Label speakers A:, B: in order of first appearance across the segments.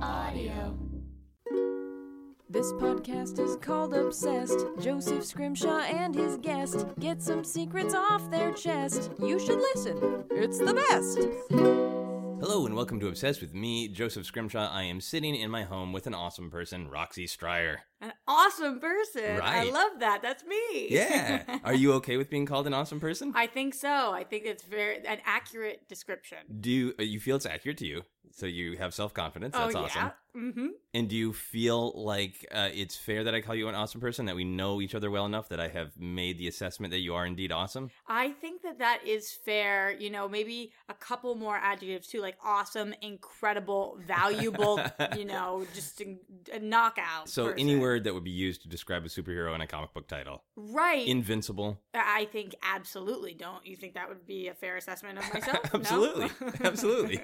A: Audio.
B: This podcast is called Obsessed. Joseph Scrimshaw and his guest get some secrets off their chest. You should listen, it's the best.
C: Hello and welcome to Obsessed with me, Joseph Scrimshaw. I am sitting in my home with an awesome person, Roxy Stryer.
D: An awesome person. I
C: Right.
D: love that. That's me.
C: Yeah. Are you okay with being called an awesome person?
D: I think so. I think it's very an accurate description.
C: Do you, uh, you feel it's accurate to you? So you have self confidence. That's
D: oh
C: awesome.
D: yeah. Mm-hmm.
C: And do you feel like uh, it's fair that I call you an awesome person? That we know each other well enough that I have made the assessment that you are indeed awesome?
D: I think that that is fair. You know, maybe a couple more adjectives too, like awesome, incredible, valuable. you know, just a, a knockout.
C: So
D: person.
C: any word that would be used to describe a superhero in a comic book title,
D: right?
C: invincible.
D: I think absolutely. Don't you think that would be a fair assessment of myself? No?
C: absolutely, absolutely.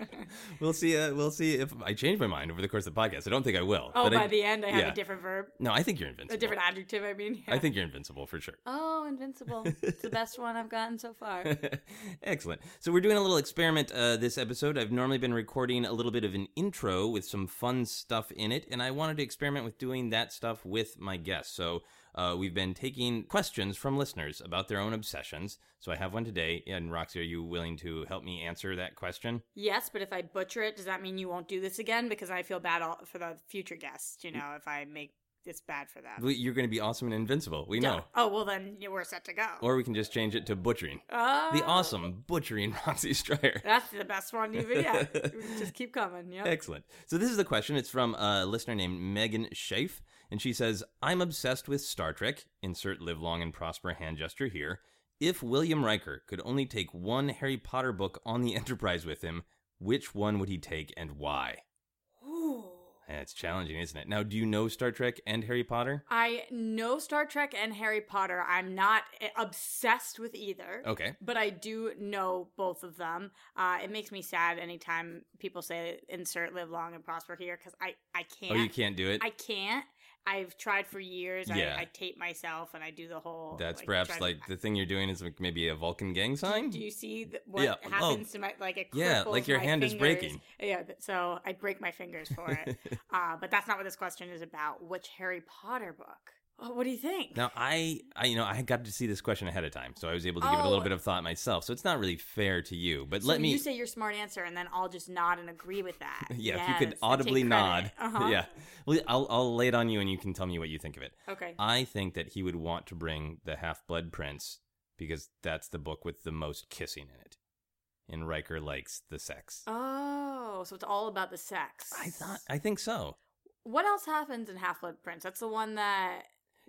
C: We'll see. Uh, we'll see if I change my mind over the course of the podcast. I don't think I will.
D: oh,
C: but
D: by
C: I,
D: the end, I have
C: yeah.
D: a different verb,
C: no, I think you're invincible.
D: a different adjective. I mean,
C: I think you're invincible for sure.
D: Oh, Invincible. It's the best one I've gotten so far.
C: Excellent. So we're doing a little experiment uh, this episode. I've normally been recording a little bit of an intro with some fun stuff in it, and I wanted to experiment with doing that stuff with my guests. So uh, we've been taking questions from listeners about their own obsessions. So I have one today, and Roxy, are you willing to help me answer that question?
D: Yes, but if I butcher it, does that mean you won't do this again? Because I feel bad all- for the future guests, you know, if I make this bad for them.
C: We- You're going to be awesome and invincible. We know.
D: Oh, well, then you we're set to go.
C: Or we can just change it to butchering.
D: oh,
C: The awesome butchering Roxy Stryer.
D: That's the best one you've yeah. Just keep coming. Yep.
C: Excellent. So this is the question. It's from a listener named Megan Schaaf, and she says, "I'm obsessed with Star Trek. Insert live long and prosper hand gesture here. If William Riker could only take one Harry Potter book on the Enterprise with him, which one would he take and why?"
D: Ooh.
C: That's challenging, isn't it? Now, do you know Star Trek and Harry Potter?
D: I know Star Trek and Harry Potter. I'm not eh, obsessed with either.
C: Okay.
D: But I do know both of them. Uh, it makes me sad anytime people say insert live long and prosper here because I, I can't.
C: Oh, you can't do it.
D: I can't. I've tried for years.
C: Yeah.
D: I, I tape myself and I do the whole.
C: That's
D: like,
C: perhaps
D: try-
C: like the thing you're doing is like maybe a Vulcan gang sign.
D: Do you see th- what
C: Yeah, oh.
D: happens to my like? It
C: Yeah, like
D: cripples
C: your
D: my
C: hand is
D: fingers.
C: breaking.
D: Yeah, th- so I break my fingers for it. uh, but that's not what this question is about. Which Harry Potter book? Oh, what do you think?
C: Now I, I you know I got to see this question ahead of time, so I was able to give it a little
D: Oh.
C: bit of thought myself. So it's not really fair to you, but
D: So
C: let me
D: You say your smart answer, and then I'll just nod and agree with that.
C: yeah, if you could
D: Yes, I take
C: audibly
D: credit.
C: nod.
D: Uh-huh.
C: Yeah. Well, I'll I'll lay it on you and you can tell me what you think of it.
D: Okay.
C: I think that he would want to bring the Half-Blood Prince because that's the book with the most kissing in it. And Riker likes the sex.
D: Oh, so it's all about the sex.
C: I thought I think so.
D: What else happens in Half Blood Prince? That's the one that.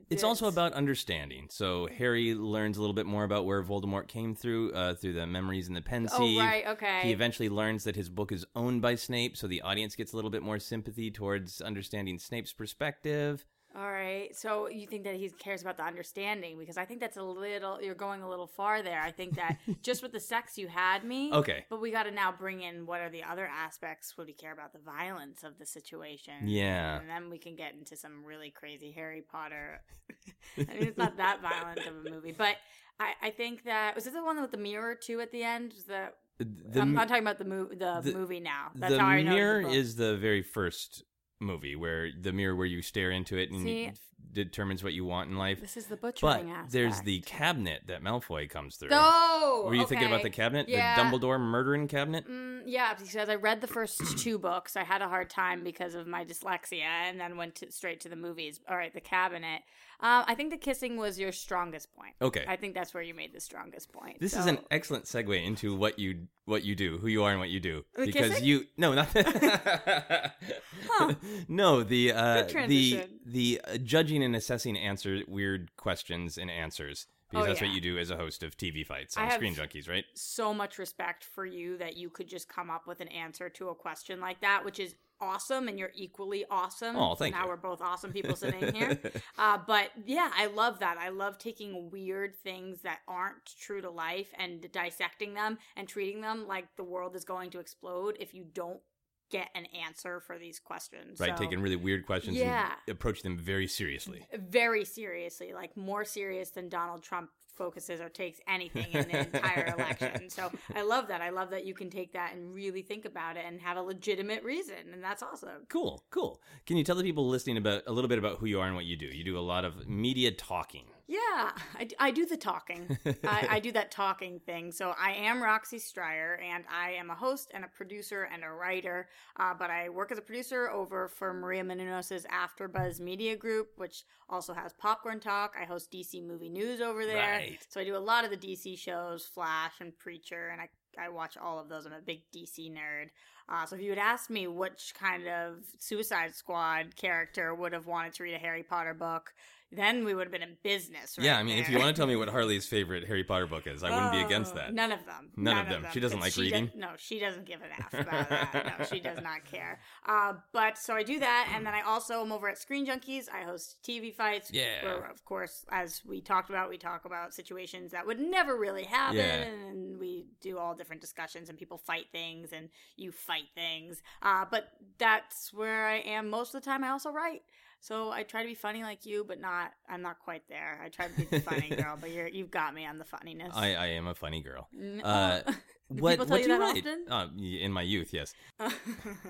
C: It's also
D: that's-
C: about understanding. So Harry learns a little bit more about where Voldemort came through uh, through the memories in the
D: Oh
C: Pensieve.
D: right, okay.
C: He eventually learns that his book is owned by Snape, so the audience gets a little bit more sympathy towards understanding Snape's perspective.
D: All right. So you think that he cares about the understanding because I think that's a little you're going a little far there. I think that just with the sex you had me.
C: Okay.
D: But we got to now bring in what are the other aspects? Would he care about the violence of the situation?
C: Yeah.
D: And then we can get into some really crazy Harry Potter. I mean, it's not that violent of a movie, but I, I think that was it the one with the mirror too at the end. Was that
C: The,
D: I'm, I'm talking about the movie. The,
C: the-
D: movie now. That's
C: the
D: how I know.
C: mirror
D: the book.
C: is the very first movie where the mirror where you stare into it and
D: See?
C: it determines what you want in life.
D: This is the
C: But
D: butchering aspect.
C: there's the cabinet that Malfoy comes through.
D: Oh,
C: Were you thinking about the
D: okay.
C: cabinet?
D: Yeah.
C: The Dumbledore murdering cabinet?
D: Mm, yeah, because I read the first two books. I had a hard time because of my dyslexia, and then went to, straight to the movies. All right, the cabinet. Um, I think the kissing was your strongest point.
C: Okay.
D: I think that's where you made the strongest point.
C: This is
D: so-
C: an excellent segue into what you what you do, who you are, and what you do.
D: The
C: because
D: kissing?
C: you no not no the uh,
D: Good
C: the
D: transition.
C: the uh, judging and assessing answer weird questions and answers because
D: Oh,
C: that's what
D: yeah.
C: you do as a host of TV fights
D: I
C: on
D: have-
C: Screen Junkies, right?
D: so much respect for you that you could just come up with an answer to a question like that, which is awesome, and you're equally awesome.
C: Aw,
D: So
C: thank
D: now
C: you.
D: we're both awesome people sitting here. Uh, but yeah, I love that. I love taking weird things that aren't true to life and dissecting them and treating them like the world is going to explode if you don't get an answer for these questions.
C: Right,
D: So-
C: taking really weird questions
D: Yeah.
C: and approach them very seriously.
D: very seriously, like more serious than Donald Trump focuses or takes anything in the entire election. So I love that. I love that you can take that and really think about it and have a legitimate reason, and that's awesome.
C: Cool, cool. Can you tell the people listening about a little bit about who you are and what you do? You do a lot of media talking.
D: Yeah, I, d- I do the talking. I, I do that talking thing. So I am Roxy Stryer, and I am a host and a producer and a writer. Uh, but I work as a producer over for Maria Menounos' AfterBuzz Media Group, which also has Popcorn Talk. I host DC Movie News over there.
C: Right.
D: So I do a lot of the DC shows, Flash and Preacher, and I I watch all of those. I'm a big DC nerd. Uh, so if you had asked me which kind of Suicide Squad character would have wanted to read a Harry Potter book, then we would have been in business. Right
C: yeah, I mean, if you
D: there.
C: want to tell me what Harley's favorite Harry Potter book is, I wouldn't be against
D: Oh,
C: that.
D: None of them.
C: None of them. She doesn't
D: And
C: like
D: does-
C: reading?
D: no, she doesn't give an F about that. No, she does not care. Uh, but so I do that, and then I also am over at Screen Junkies. I host TV fights.
C: Yeah.
D: Where, of course, as we talked about, we talk about situations that would never really happen,
C: Yeah.
D: and we do all different discussions, and people fight things, and you fight things. Uh, but that's where I am most of the time. I also write. So I try to be funny like you, but not. I'm not quite there. I try to be the funny girl, but you're you've got me on the funniness.
C: I, I am a funny girl.
D: N-
C: Uh,
D: oh. Do people tell you that often?
C: Uh, y- in my youth, yes.
D: oh.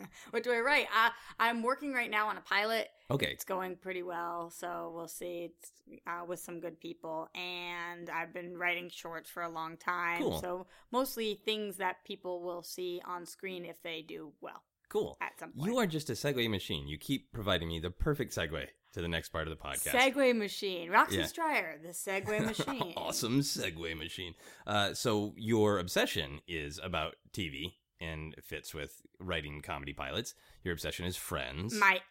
D: what do I write? I, I'm working right now on a pilot.
C: Okay,
D: It's going pretty well, so we'll see. It's uh, with some good people, and I've been writing shorts for a long time.
C: Cool.
D: So mostly things that people will see on screen if they do well
C: cool.
D: at some point.
C: You are just a segue machine. You keep providing me the perfect segue to the next part of the podcast.
D: Segway machine, Roxy
C: Yeah.
D: Stryer, the Segway machine.
C: awesome segue machine. Uh, so your obsession is about TV and fits with writing comedy pilots. Your obsession is Friends.
D: my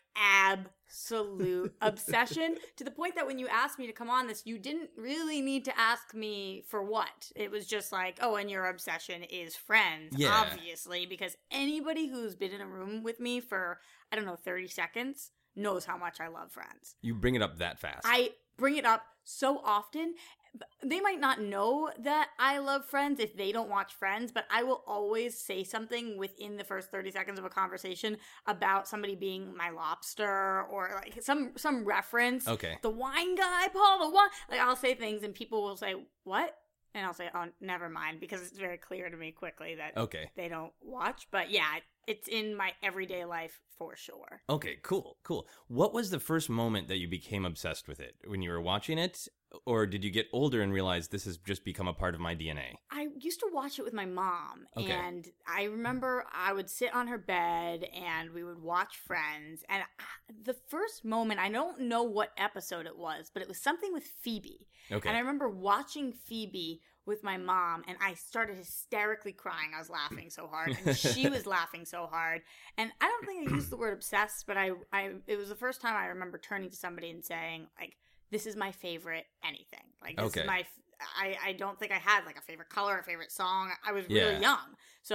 D: absolute obsession to the point that when you asked me to come on this, you didn't really need to ask me for what. It was just like, oh, and your obsession is friends,
C: Yeah.
D: obviously, because anybody who's been in a room with me for, I don't know, 30 seconds knows how much I love friends.
C: you bring it up that fast.
D: I bring it up so often. but They might not know that I love Friends if they don't watch Friends, but I will always say something within the first 30 seconds of a conversation about somebody being my lobster or like some some reference.
C: okay.
D: The wine guy, Paul, the wine. Like I'll say things and people will say, "What?" And I'll say, "Oh, never mind," because it's very clear to me quickly that
C: Okay.
D: they don't watch. But yeah, it's in my everyday life for sure.
C: Okay, cool, cool. What was the first moment that you became obsessed with it? When you were watching it? Or did you get older and realize this has just become a part of my DNA?
D: I used to watch it with my mom,
C: Okay.
D: and I remember I would sit on her bed and we would watch Friends. And I, the first moment, I don't know what episode it was, but it was something with Phoebe.
C: Okay.
D: And I remember watching Phoebe with my mom, and I started hysterically crying. I was laughing so hard, and she was laughing so hard. And I don't think I used the word obsessed, but I, I, it was the first time I remember turning to somebody and saying, like, "This is my favorite anything. Like, this
C: Okay.
D: is my." f- I, I don't think I had like a favorite color, a favorite song. I was really
C: Yeah.
D: young, so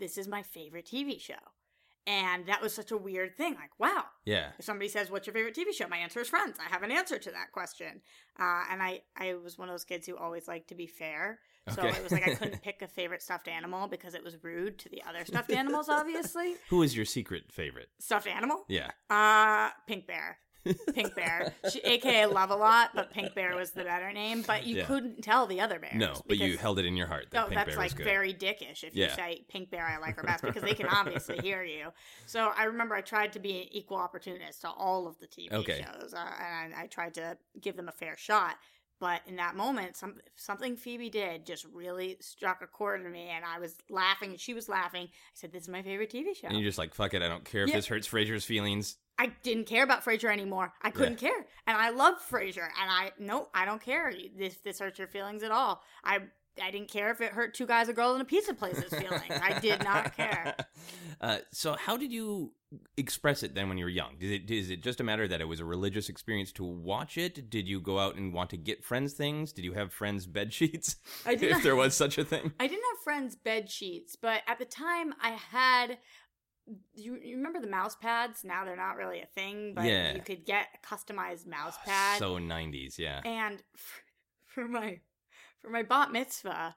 D: this is my favorite TV show, and that was such a weird thing. Like, wow,
C: yeah.
D: if somebody says, "What's your favorite TV show?" My answer is Friends. I have an answer to that question, uh, and I I was one of those kids who always liked to be fair. So
C: Okay.
D: it was like I couldn't pick a favorite stuffed animal because it was rude to the other stuffed animals. Obviously,
C: Who is your secret favorite?
D: stuffed animal,
C: Yeah.
D: uh, Pink Bear. Pink Bear, she, aka Love a Lot, but Pink Bear was the better name. But you
C: Yeah.
D: couldn't tell the other bears.
C: No, but you
D: because-
C: held it in your heart. That
D: Oh,
C: Pink
D: that's
C: Bear was
D: like
C: good.
D: very dickish if
C: Yeah.
D: you say pink bear I like her best because they can obviously hear you. So I remember I tried to be an equal opportunist to all of the TV
C: Okay.
D: shows, uh, and I, I tried to give them a fair shot. But in that moment, some, something Phoebe did just really struck a chord in me, and I was laughing, and she was laughing. I said, "This is my favorite TV show."
C: And you're just like, fuck it, I don't care if
D: Yeah.
C: this hurts Fraser's feelings.
D: I didn't care about Frasier anymore. I couldn't care. And I love Frasier. And I no, I don't care if this hurts your feelings at all. I I didn't care if it hurt two guys, a girl, and a pizza place's feelings. I did not care.
C: Uh, so, how did you express it then when you were young? Did it, is it just a matter that it was a religious experience to watch it? Did you go out and want to get friends things? Did you have friends bed sheets?
D: I did
C: if
D: not-
C: there was such a thing.
D: I didn't have friends' bed sheets, but at the time I had. You, you remember the mouse pads? Now they're not really a thing, but
C: Yeah. Oh,
D: you could get a customized mouse pad.
C: So 90s, yeah.
D: and for, for my for my bat mitzvah,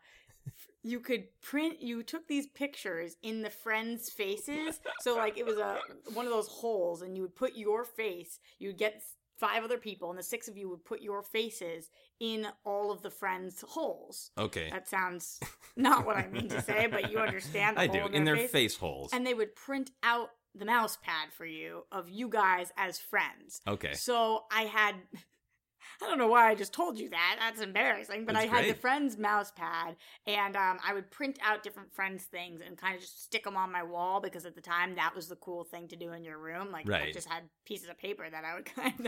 D: you could print you took these pictures in the friends faces so like it was a one of those holes and you would put your face you would get five other people and the six of you would put your faces in all of the friends holes
C: Okay.
D: that sounds not what i mean to say but you understand the
C: I
D: hole
C: do. In their face,
D: face
C: holes.
D: and they would print out the mouse pad for you of you guys as friends
C: okay.
D: so I had, I don't know why I just told you that. That's embarrassing. But
C: That's
D: I had the
C: great.
D: friends mouse pad, and um, I would print out different friends things and kind of just stick them on my wall because at the time that was the cool thing to do in your room. Like I
C: Right.
D: just had pieces of paper that I would kind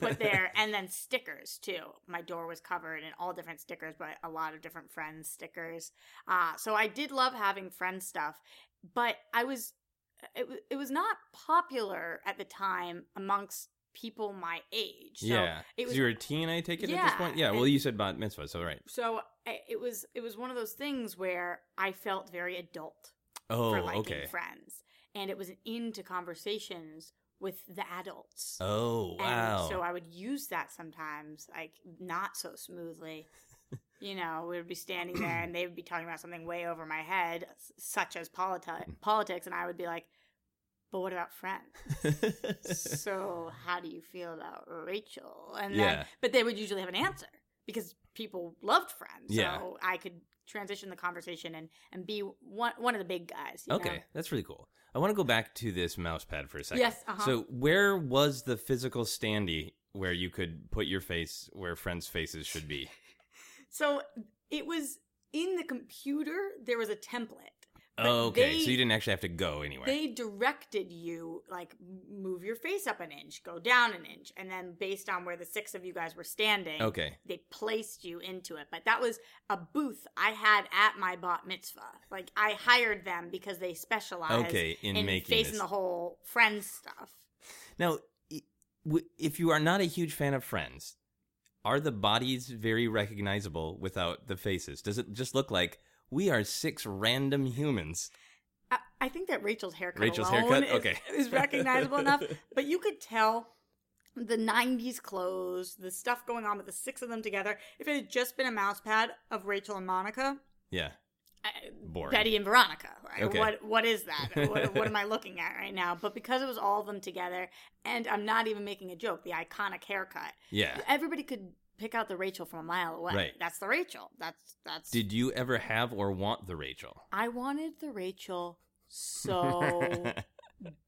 D: put there, and then stickers too. My door was covered in all different stickers, but a lot of different friends stickers. Uh, so I did love having friend stuff, but I was it, wa- it was not popular at the time amongst people my age. So
C: yeah.
D: it was
C: so you're a teen, I take it at this
D: Yeah,
C: point? Yeah. Well,
D: and-
C: you said bat mitzvah, so right.
D: so I- it was it was one of those things where I felt very adult
C: Oh,
D: for liking
C: okay.
D: friends, and it was into conversations with the adults.
C: Oh, wow.
D: And so I would use that sometimes, like not so smoothly. you know, we would be standing there and they would be talking about something way over my head, s- such as politi-
C: Mm.
D: politics, and I would be like, but what about friends? so how do you feel about Rachel? And then,
C: Yeah.
D: but they would usually have an answer because people loved friends.
C: Yeah.
D: So I could transition the conversation and, and be one, one of the big guys. you know?
C: okay, that's really cool. I want to go back to this mouse pad for a second.
D: Yes, uh-huh.
C: So where was the physical standee where you could put your face where friends' faces should be?
D: So it was in the computer, there was a template. But
C: Oh, okay,
D: they-
C: so you didn't actually have to go anywhere.
D: They directed you like m- move your face up an inch, go down an inch, and then based on where the six of you guys were standing,
C: okay.
D: they placed you into it. But that was a booth I had at my bat mitzvah. Like I hired them because they specialize
C: Okay, in,
D: in
C: making
D: facing
C: this.
D: the whole friend stuff.
C: Now, i- w- if you are not a huge fan of Friends, are the bodies very recognizable without the faces? Does it just look like we are six random humans?
D: I, I think that Rachel's haircut
C: Rachel's
D: alone
C: haircut?
D: is,
C: Okay.
D: is recognizable enough, but you could tell the 90s clothes, the stuff going on with the six of them together. If it had just been a mouse pad of Rachel and Monica,
C: Yeah,
D: I-
C: boring.
D: Betty and Veronica. Right?
C: Okay.
D: What what is that? what, what am I looking at right now? But because it was all of them together, and I'm not even making a joke, the iconic haircut.
C: Yeah.
D: Everybody could pick out the Rachel from a mile away.
C: Right.
D: That's the Rachel. That's that's.
C: Did you ever have or want the Rachel?
D: I wanted the Rachel so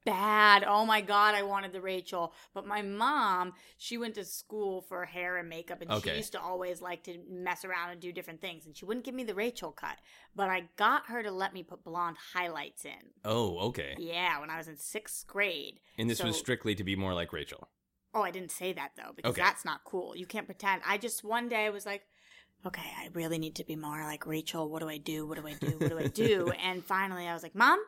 D: bad. Oh my god, I wanted the Rachel. But my mom, she went to school for hair and makeup and she
C: Okay.
D: used to always like to mess around and do different things and she wouldn't give me the Rachel cut. But I got her to let me put blonde highlights in.
C: oh, okay.
D: Yeah, when I was in 6th grade.
C: And this was
D: So-
C: strictly to be more like Rachel.
D: Oh, I didn't say that though because
C: Okay.
D: that's not cool. You can't pretend. I just one day was like, okay, I really need to be more like Rachel. What do I do? What do I do? What do I do? and finally, I was like, Mom,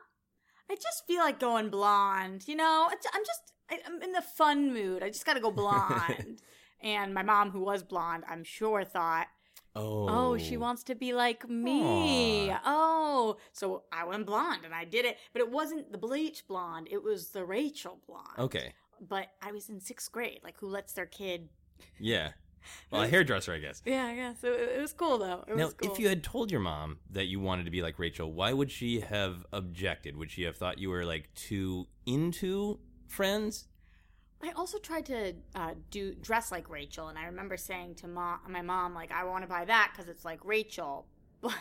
D: I just feel like going blonde. You know, It's- I'm just I- I'm in the fun mood. I just got to go blonde. and my mom, who was blonde, I'm sure thought,
C: Oh.
D: oh, she wants to be like me.
C: Aw.
D: Oh, so I went blonde and I did it, but it wasn't the bleach blonde. It was the Rachel blonde
C: Okay.
D: but I was in sixth grade. Like, who lets their kid?
C: Yeah. Well, a hairdresser, I guess.
D: Yeah, yeah. So it, it was cool though. It
C: Now,
D: was cool.
C: if you had told your mom that you wanted to be like Rachel, why would she have objected? Would she have thought you were like too into friends?
D: I also tried to uh, do dress like Rachel, and I remember saying to mom, my mom, like, I want to buy that because it's like Rachel. But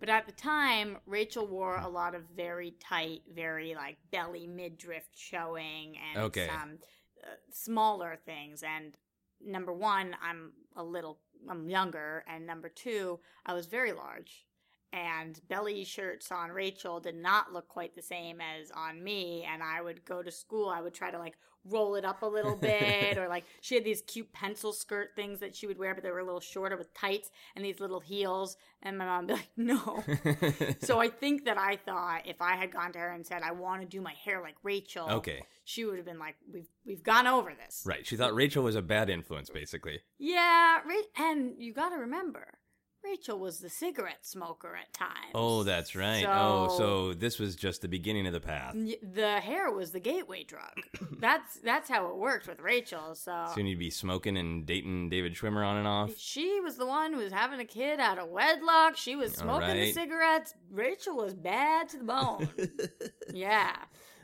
D: but at the time, Rachel wore a lot of very tight, very like belly midriff showing, and
C: Okay.
D: some uh, smaller things. And number one, I'm a little, I'm younger, and number two, I was very large. and belly shirts on Rachel did not look quite the same as on me. And I would go to school, I would try to like roll it up a little bit, or like she had these cute pencil skirt things that she would wear, but they were a little shorter with tights and these little heels. And my mom would be like, no. so I think that I thought if I had gone to her and said, I want to do my hair like Rachel,
C: okay.
D: she would have been like, we've, we've gone over this.
C: Right. She thought Rachel was a bad influence, basically.
D: Yeah, Ra- and you got to remember, Rachel was the cigarette smoker at times.
C: Oh, that's right. oh, so this was just the beginning of the path.
D: Y- the hair was the gateway drug. that's that's how it worked with Rachel. So
C: Soon you'd be smoking and dating David Schwimmer on and off.
D: she was the one who was having a kid out of wedlock. She was
C: All
D: smoking the
C: right.
D: cigarettes. Rachel was bad to the bone. yeah.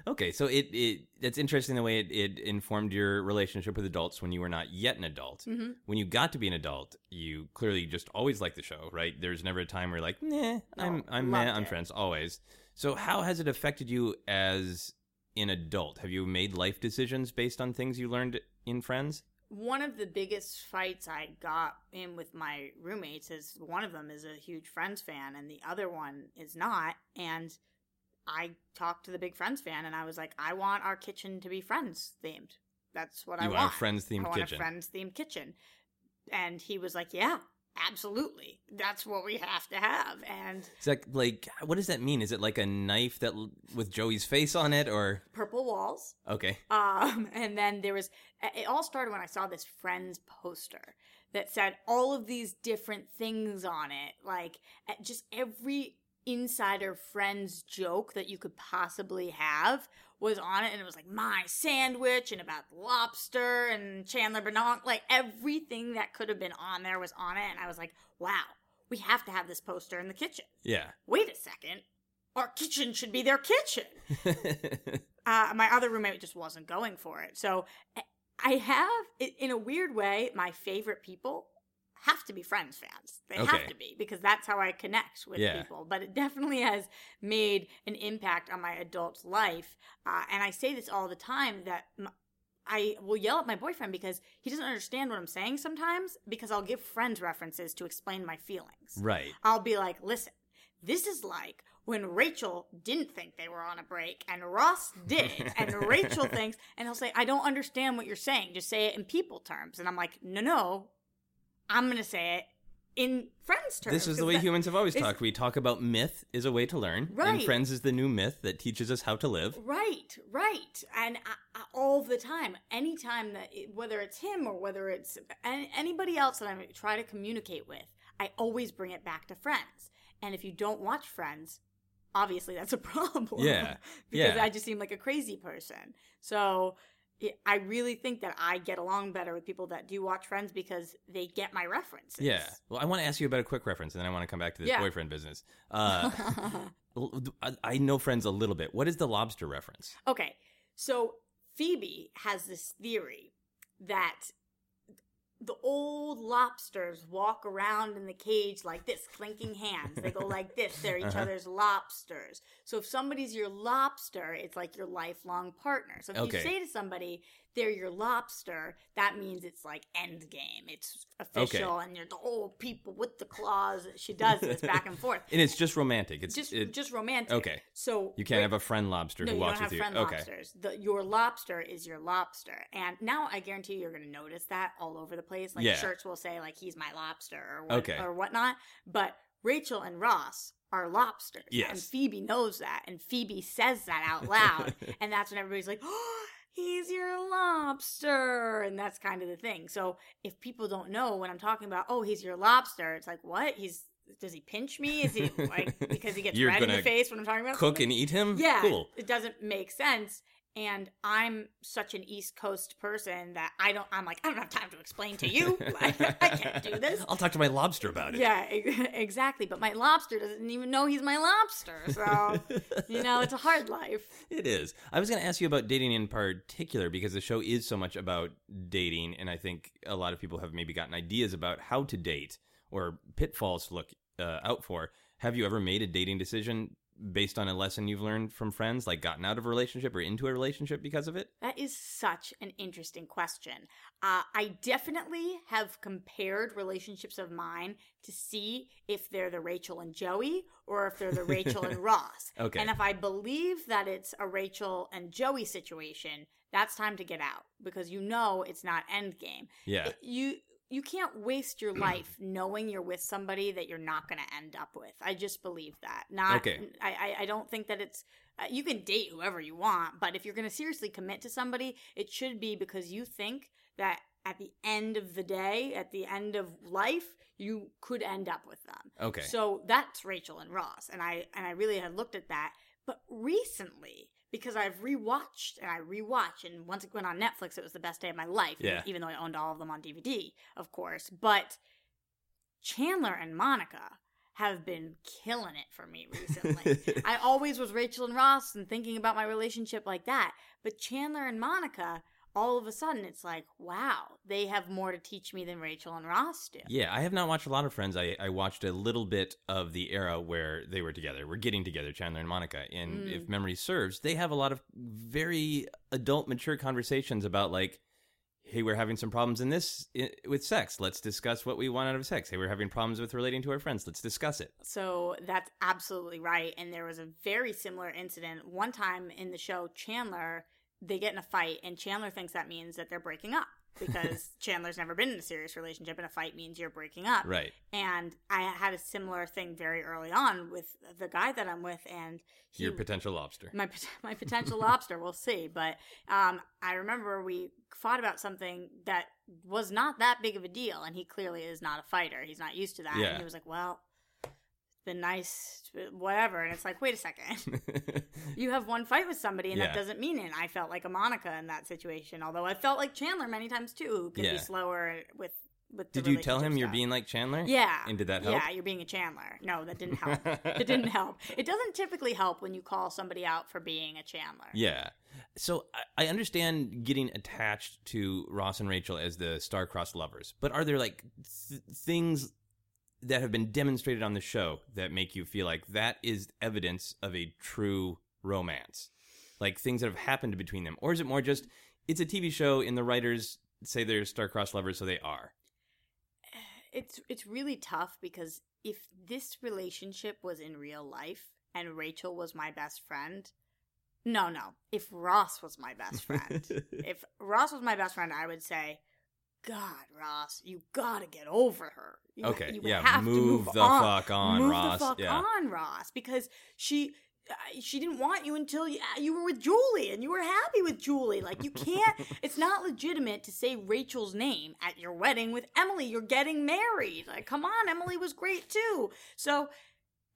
C: Okay, so it it that's interesting the way it, it informed your relationship with adults when you were not yet an adult.
D: Mhm.
C: When you got to be an adult, you clearly just always liked the show, right? There's never a time where you're like, nah, I'm I'm meh,
D: loved
C: I'm
D: it.
C: friends always. So how has it affected you as an adult? Have you made life decisions based on things you learned in Friends?
D: One of the biggest fights I got in with my roommates is one of them is a huge Friends fan and the other one is not. And I talked to the big Friends fan and I was like, I want our kitchen to be Friends themed. That's what I
C: you
D: want.
C: a Friends
D: I
C: themed
D: want
C: kitchen.
D: a Friends themed kitchen. And he was like, Yeah, absolutely. That's what we have to have. And
C: Is that like what does that mean? Is it like a knife that l- with Joey's face on it, or
D: purple walls.
C: okay?
D: Um, and then there was, it all started when I saw this Friends poster that said all of these different things on it. Like, at just every insider Friends joke that you could possibly have was on it. And it was like, my sandwich and about the lobster and Chandler Bernard. Like, everything that could have been on there was on it. And I was like, wow, we have to have this poster in the kitchen.
C: Yeah.
D: Wait a second. Our kitchen should be their kitchen uh, my other roommate just wasn't going for it. So I- I have, i- in a weird way, my favorite people have to be Friends fans. They
C: Okay.
D: have to be because that's how I connect with
C: Yeah.
D: people. But it definitely has made an impact on my adult life. Uh, and I say this all the time that. m I will yell at my boyfriend because he doesn't understand what I'm saying sometimes because I'll give friends references to explain my feelings.
C: right.
D: I'll be like, listen, this is like when Rachel didn't think they were on a break and Ross did, and Rachel thinks, and he'll say, I don't understand what you're saying. Just say it in people terms. And I'm like, no, no, I'm going to say it in friends terms.
C: This is the
D: 'cause
C: way
D: that-
C: humans have always
D: it's-
C: talked. We talk about myth is a way to learn, and
D: Right.
C: Friends is the new myth that teaches us how to live.
D: Right, right. And I, I, all the time, anytime that, it- whether it's him or whether it's an- anybody else that I try to communicate with, I always bring it back to friends. And if you don't watch friends, obviously that's a problem.
C: Yeah,
D: because
C: yeah.
D: I just seem like a crazy person. So it, I really think that I get along better with people that do watch friends because they get my references.
C: Yeah. Well, I want to ask you about a quick reference, and then I want to come back to this
D: Yeah.
C: boyfriend business. Uh, l- I- I know Friends a little bit. What is the lobster reference?
D: Okay. So Phoebe has this theory that the old lobsters walk around in the cage like this, clinking hands. They go like this. They're each
C: Uh-huh.
D: other's lobsters. So if somebody's your lobster, it's like your lifelong partner. So if
C: Okay.
D: you say to somebody, they're your lobster, that means it's like end game. It's official and you're the old people with the claws. She does this back and forth.
C: And it's just romantic. It's
D: Just
C: it-
D: just romantic.
C: okay.
D: So
C: You can't
D: Ra-
C: have a friend lobster
D: no,
C: who
D: you don't
C: walks
D: have
C: with you.
D: friend
C: okay.
D: lobsters. The, your lobster is your lobster, and now I guarantee you're going to notice that all over the place. Like
C: Yeah.
D: shirts will say like he's my lobster or what,
C: Okay.
D: or whatnot. But Rachel and Ross are lobsters, and
C: Yes.
D: Phoebe knows that, and Phoebe says that out loud, and that's when everybody's like, "Oh, he's your lobster," and that's kind of the thing. So if people don't know when I'm talking about, "Oh, he's your lobster," it's like, "What? He's does he pinch me? Is he like because he gets
C: You're
D: red in the
C: gonna
D: face when I'm talking about
C: Cook
D: something?
C: and eat him.
D: Yeah,
C: Cool.
D: it doesn't make sense. And I'm such an East Coast person that I don't. I'm like, I don't have time to explain to you. Like, I can't do this.
C: I'll talk to my lobster about it.
D: Yeah, e- exactly. But my lobster doesn't even know he's my lobster. So you know, it's a hard life.
C: It is. I was going to ask you about dating in particular because the show is so much about dating, and I think a lot of people have maybe gotten ideas about how to date or pitfalls to look uh, out for. Have you ever made a dating decision based on a lesson you've learned from friends, like gotten out of a relationship or into a relationship because of it?
D: That is such an interesting question. Uh, I definitely have compared relationships of mine to see if they're the Rachel and Joey or if they're the Rachel and Ross.
C: Okay.
D: And if I believe that it's a Rachel and Joey situation, that's time to get out because you know it's not endgame.
C: Yeah.
D: It- you you can't waste your life knowing you're with somebody that you're not going to end up with. I just believe that. Not.
C: Okay.
D: I I, I don't think that it's. Uh, you can date whoever you want, but if you're going to seriously commit to somebody, it should be because you think that at the end of the day, at the end of life, you could end up with them.
C: Okay.
D: So that's Rachel and Ross, and I and I really had looked at that, but recently because I've rewatched and I rewatch, and once it went on Netflix, it was the best day of my life.
C: Yeah.
D: Even though I owned all of them on DVD, of course, but Chandler and Monica have been killing it for me recently. I always was Rachel and Ross and thinking about my relationship like that. But Chandler and Monica, all of a sudden, it's like, wow, they have more to teach me than Rachel and Ross do.
C: Yeah, I have not watched a lot of Friends. I, I watched a little bit of the era where they were together, were getting together, Chandler and Monica. And
D: Mm.
C: if memory serves, they have a lot of very adult, mature conversations about like, hey, we're having some problems in this i with sex. Let's discuss what we want out of sex. Hey, we're having problems with relating to our friends. Let's discuss it.
D: So that's absolutely right. And there was a very similar incident one time in the show Chandler, they get in a fight, and Chandler thinks that means that they're breaking up because Chandler's never been in a serious relationship, and a fight means you're breaking up.
C: Right.
D: And I had a similar thing very early on with the guy that I'm with, and he,
C: Your potential lobster.
D: my pot- my potential lobster. We'll see. But um, I remember we fought about something that was not that big of a deal, and he clearly is not a fighter. He's not used to that.
C: Yeah.
D: And he was like, "Well, it's been nice, whatever." And it's like, wait a second. You have one fight with somebody, and
C: Yeah.
D: that doesn't mean it. I felt like a Monica in that situation, although I felt like Chandler many times too, who can
C: Yeah.
D: be slower with with. The
C: Did you tell him
D: relationship
C: you're
D: stuff.
C: being like Chandler?
D: Yeah.
C: And did that help?
D: Yeah, you're being a Chandler. No, that didn't help. it didn't help. It doesn't typically help when you call somebody out for being a Chandler.
C: Yeah. So I- I understand getting attached to Ross and Rachel as the star-crossed lovers, but are there like th- things that have been demonstrated on the show that make you feel like that is evidence of a true romance? Like things that have happened between them? Or is it more just it's a TV show and the writers say they're star-crossed lovers so they are?
D: It's it's really tough because if this relationship was in real life and Rachel was my best friend, no, no. If Ross was my best friend, if Ross was my best friend, I would say, God, Ross, you gotta get over her. You,
C: okay.
D: you
C: yeah,
D: have to
C: move, the
D: on.
C: fuck on,
D: move
C: Ross.
D: the fuck
C: yeah.
D: on, Ross, because she uh, she didn't want you until you, uh, you were with Julie and you were happy with Julie. Like you can't. it's not legitimate to say Rachel's name at your wedding with Emily. You're getting married. Like come on, Emily was great too. So.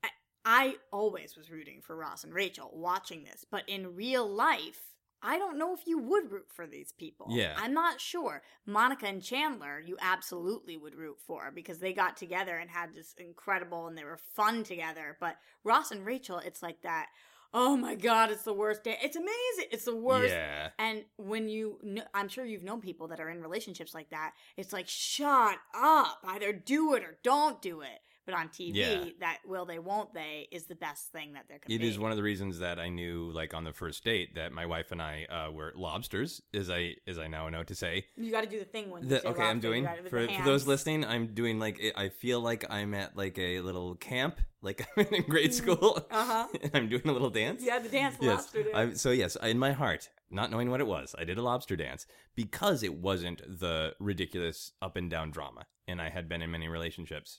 D: I- I always was rooting for Ross and Rachel watching this, but in real life, I don't know if you would root for these people.
C: Yeah.
D: I'm not sure. Monica and Chandler, you absolutely would root for because they got together and had this incredible and they were fun together. But Ross and Rachel, it's like that. Oh my God, it's the worst day. It's amazing. It's the worst.
C: Yeah.
D: And when you, kn- I'm sure you've known people that are in relationships like that. It's like, shut up. Either do it or don't do it. But on TV,
C: Yeah.
D: that will they, won't they is the best thing that there could
C: It
D: be.
C: is one of the reasons that I knew, like on the first date, that my wife and I uh, were lobsters, as I as I now know to say.
D: you got to do the thing when you
C: That
D: say
C: okay, I'm
D: lobster, you
C: doing
D: gotta- with
C: for,
D: the
C: for
D: hands.
C: those listening. I'm doing like I I feel like I'm at like a little camp, like I'm in grade school.
D: Uh-huh.
C: and I'm doing a little dance.
D: Yeah, the dance
C: Yes.
D: lobster did.
C: I, so yes, in my heart, not knowing what it was, I did a lobster dance because it wasn't the ridiculous up and down drama, and I had been in many relationships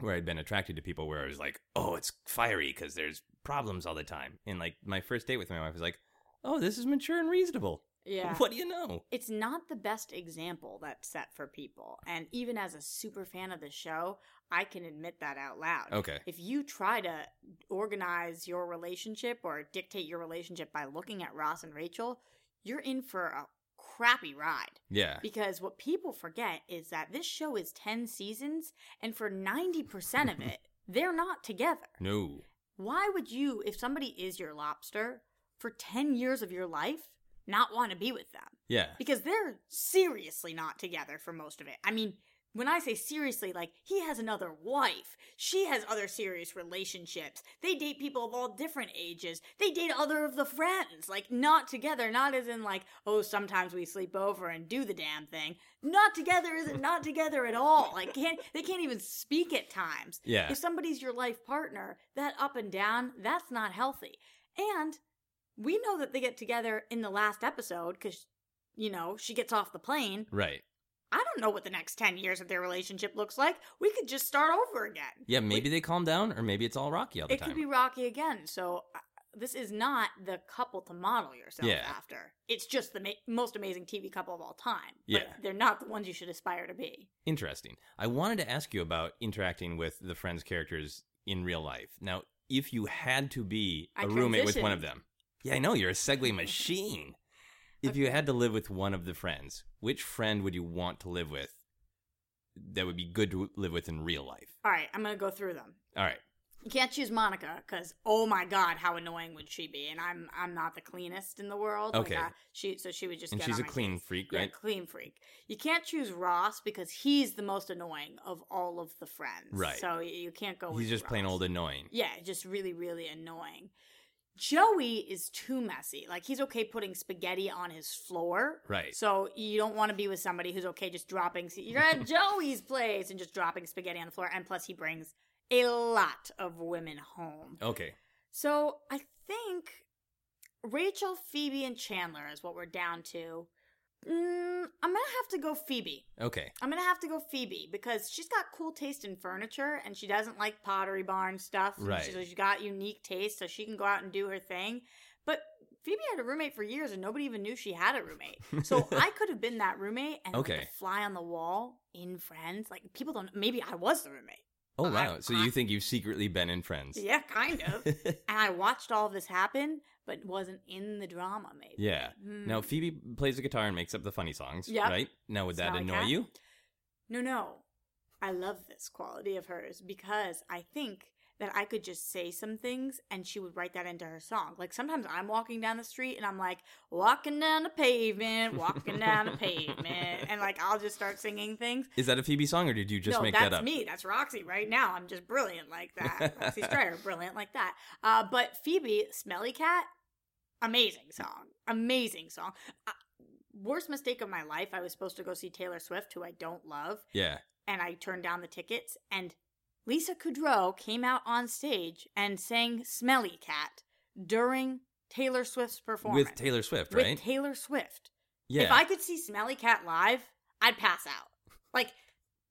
C: where I'd been attracted to people where I was like, oh, it's fiery because there's problems all the time, and like my first date with my wife was like, oh, this is mature and reasonable.
D: yeah.
C: What do you know?
D: it's not the best example that's set for people. And even as a super fan of the show, I can admit that out loud.
C: Okay.
D: If you try to organize your relationship or dictate your relationship by looking at Ross and Rachel, you're in for a crappy ride.
C: Yeah.
D: Because what people forget is that this show is 10 seasons, and for 90% of it, they're not together.
C: No.
D: Why would you, if somebody is your lobster, for 10 years of your life, not want to be with them?
C: Yeah.
D: because they're seriously not together for most of it. I mean, when I say seriously, like he has another wife, she has other serious relationships. They date people of all different ages. They date other of the friends, like not together, not as in like, oh, sometimes we sleep over and do the damn thing. Not together isn't not together at all. Like can't they can't even speak at times.
C: Yeah.
D: If somebody's your life partner, that up and down, that's not healthy. And we know that they get together in the last episode because, you know, she gets off the plane.
C: Right.
D: I don't know what the next 10 years of their relationship looks like. We could just start over again.
C: Yeah, maybe they calm down, or maybe it's all rocky all the
D: It
C: time.
D: could be rocky again. So, uh, this is not the couple to model yourself
C: Yeah.
D: after. It's just the ma- most amazing TV couple of all time.
C: Yeah.
D: But they're not the ones you should aspire to be.
C: Interesting. I wanted to ask you about interacting with the Friends characters in real life. Now, if you had to be
D: I
C: a roommate with one
D: transitioned.
C: of them, yeah, I know you're a segue machine. If you had to live with one of the friends, which friend would you want to live with that would be good to live with in real life?
D: All right, I'm going to go through them.
C: All right.
D: You can't choose Monica because oh my god, how annoying would she be? And I'm I'm not the cleanest in the world. Like,
C: Okay.
D: uh, she so she would just
C: And
D: get
C: she's
D: on
C: a
D: my
C: clean
D: case.
C: freak,
D: Yeah,
C: right?
D: clean freak. You can't choose Ross because he's the most annoying of all of the friends.
C: Right.
D: So y- you can't go. with
C: He's just plain
D: Ross.
C: old annoying.
D: Yeah, just really, really annoying. Joey is too messy. Like he's okay putting spaghetti on his floor.
C: Right.
D: So you don't want to be with somebody who's okay just dropping. You're at Joey's place and just dropping spaghetti on the floor. And plus, he brings a lot of women home.
C: Okay.
D: So I think Rachel, Phoebe, and Chandler is what we're down to. Mm, I'm gonna have to go Phoebe.
C: Okay.
D: I'm gonna have to go Phoebe because she's got cool taste in furniture and she doesn't like Pottery Barn stuff. And
C: Right.
D: she- So she's got unique taste, so she can go out and do her thing. But Phoebe had a roommate for years and nobody even knew she had a roommate. So I could have been that roommate and like, the
C: Okay.
D: fly on the wall in Friends. Like people don't. Maybe I was the roommate.
C: Oh,
D: I-
C: wow. So you
D: Uh, I-
C: think you've secretly been in Friends?
D: Yeah, kind of. and I watched all of this happen, but wasn't in the drama. Maybe.
C: Yeah.
D: Hmm.
C: Now, Phoebe plays the guitar and makes up the funny songs,
D: Yep.
C: right? Now, would
D: Smell
C: that
D: like
C: annoy
D: cat.
C: you?
D: No, no. I love this quality of hers because I think that I could just say some things and she would write that into her song. Like sometimes I'm walking down the street and I'm like, walking down the pavement, walking down the pavement. And like I'll just start singing things.
C: Is that a Phoebe song, or did you just
D: no,
C: make
D: that's
C: that up?
D: me. That's Roxy right now. I'm just brilliant like that. Roxy Stryer, brilliant like that. Uh, but Phoebe, Smelly Cat, amazing song. Amazing song. Uh, worst mistake of my life. I was supposed to go see Taylor Swift, who I don't love
C: Yeah.
D: and I turned down the tickets. And Lisa Kudrow came out on stage and sang Smelly Cat during Taylor Swift's performance.
C: With Taylor Swift,
D: With
C: right?
D: Taylor Swift.
C: yeah.
D: If I could see Smelly Cat live, I'd pass out. Like,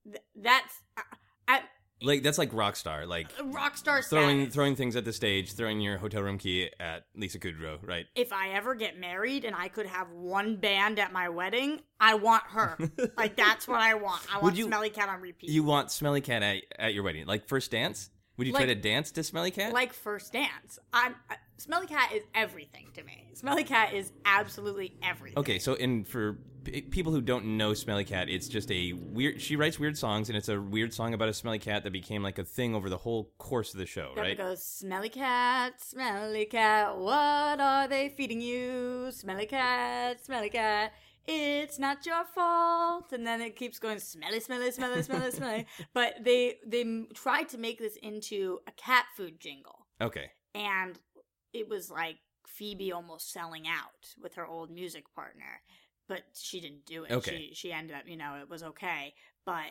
D: th- that's uh, I,
C: like that's like rock star, like
D: rock star
C: throwing
D: status.
C: throwing things at the stage, throwing your hotel room key at Lisa Kudrow, right?
D: If I ever get married and I could have one band at my wedding, I want her. like, that's what I want. I
C: Would
D: want
C: you-
D: Smelly Cat on repeat.
C: You want Smelly Cat at, at your wedding, like first dance? Would you try
D: Like-
C: to dance to Smelly Cat?
D: like first dance. I'm uh, Smelly Cat is everything to me. Smelly Cat is absolutely everything.
C: okay, so and for p- people who don't know Smelly Cat, it's just a weird. She writes weird songs, and it's a weird song about a smelly cat that became like a thing over the whole course of the show,
D: Then
C: right?
D: it goes, Smelly Cat, Smelly Cat, what are they feeding you? Smelly Cat, Smelly Cat, it's not your fault. And then it keeps going, Smelly, Smelly, Smelly, Smelly, Smelly. But they they m- tried to make this into a cat food jingle,
C: Okay,
D: and it was like Phoebe almost selling out with her old music partner, but she didn't do it.
C: Okay.
D: She she ended up, you know, it was okay, but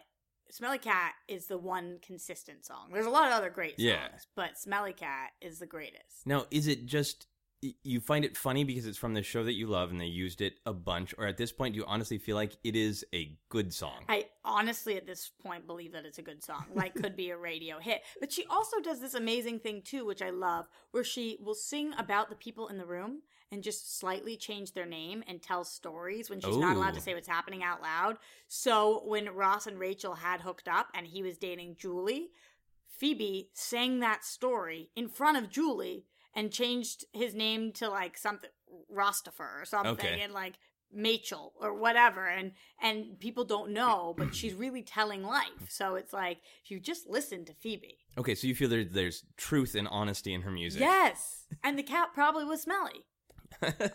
D: Smelly Cat is the one consistent song. There's a lot of other great songs,
C: Yeah.
D: but Smelly Cat is the greatest.
C: Now, is it just y- you find it funny because it's from the show that you love and they used it a bunch, or at this point, do you honestly feel like it is a good song?
D: I honestly at this point believe that it's a good song. Like could be a radio hit. But she also does this amazing thing too, which I love, where she will sing about the people in the room and just slightly change their name and tell stories when she's not allowed
C: Ooh.
D: to say what's happening out loud. So when Ross and Rachel had hooked up and he was dating Julie, Phoebe sang that story in front of Julie and changed his name to like something Rostifer or something
C: Okay.
D: and like Machel or whatever and and people don't know but she's really telling life so it's like if you just listen to Phoebe
C: okay, so you feel there, there's truth and honesty in her music.
D: yes and the cat probably was smelly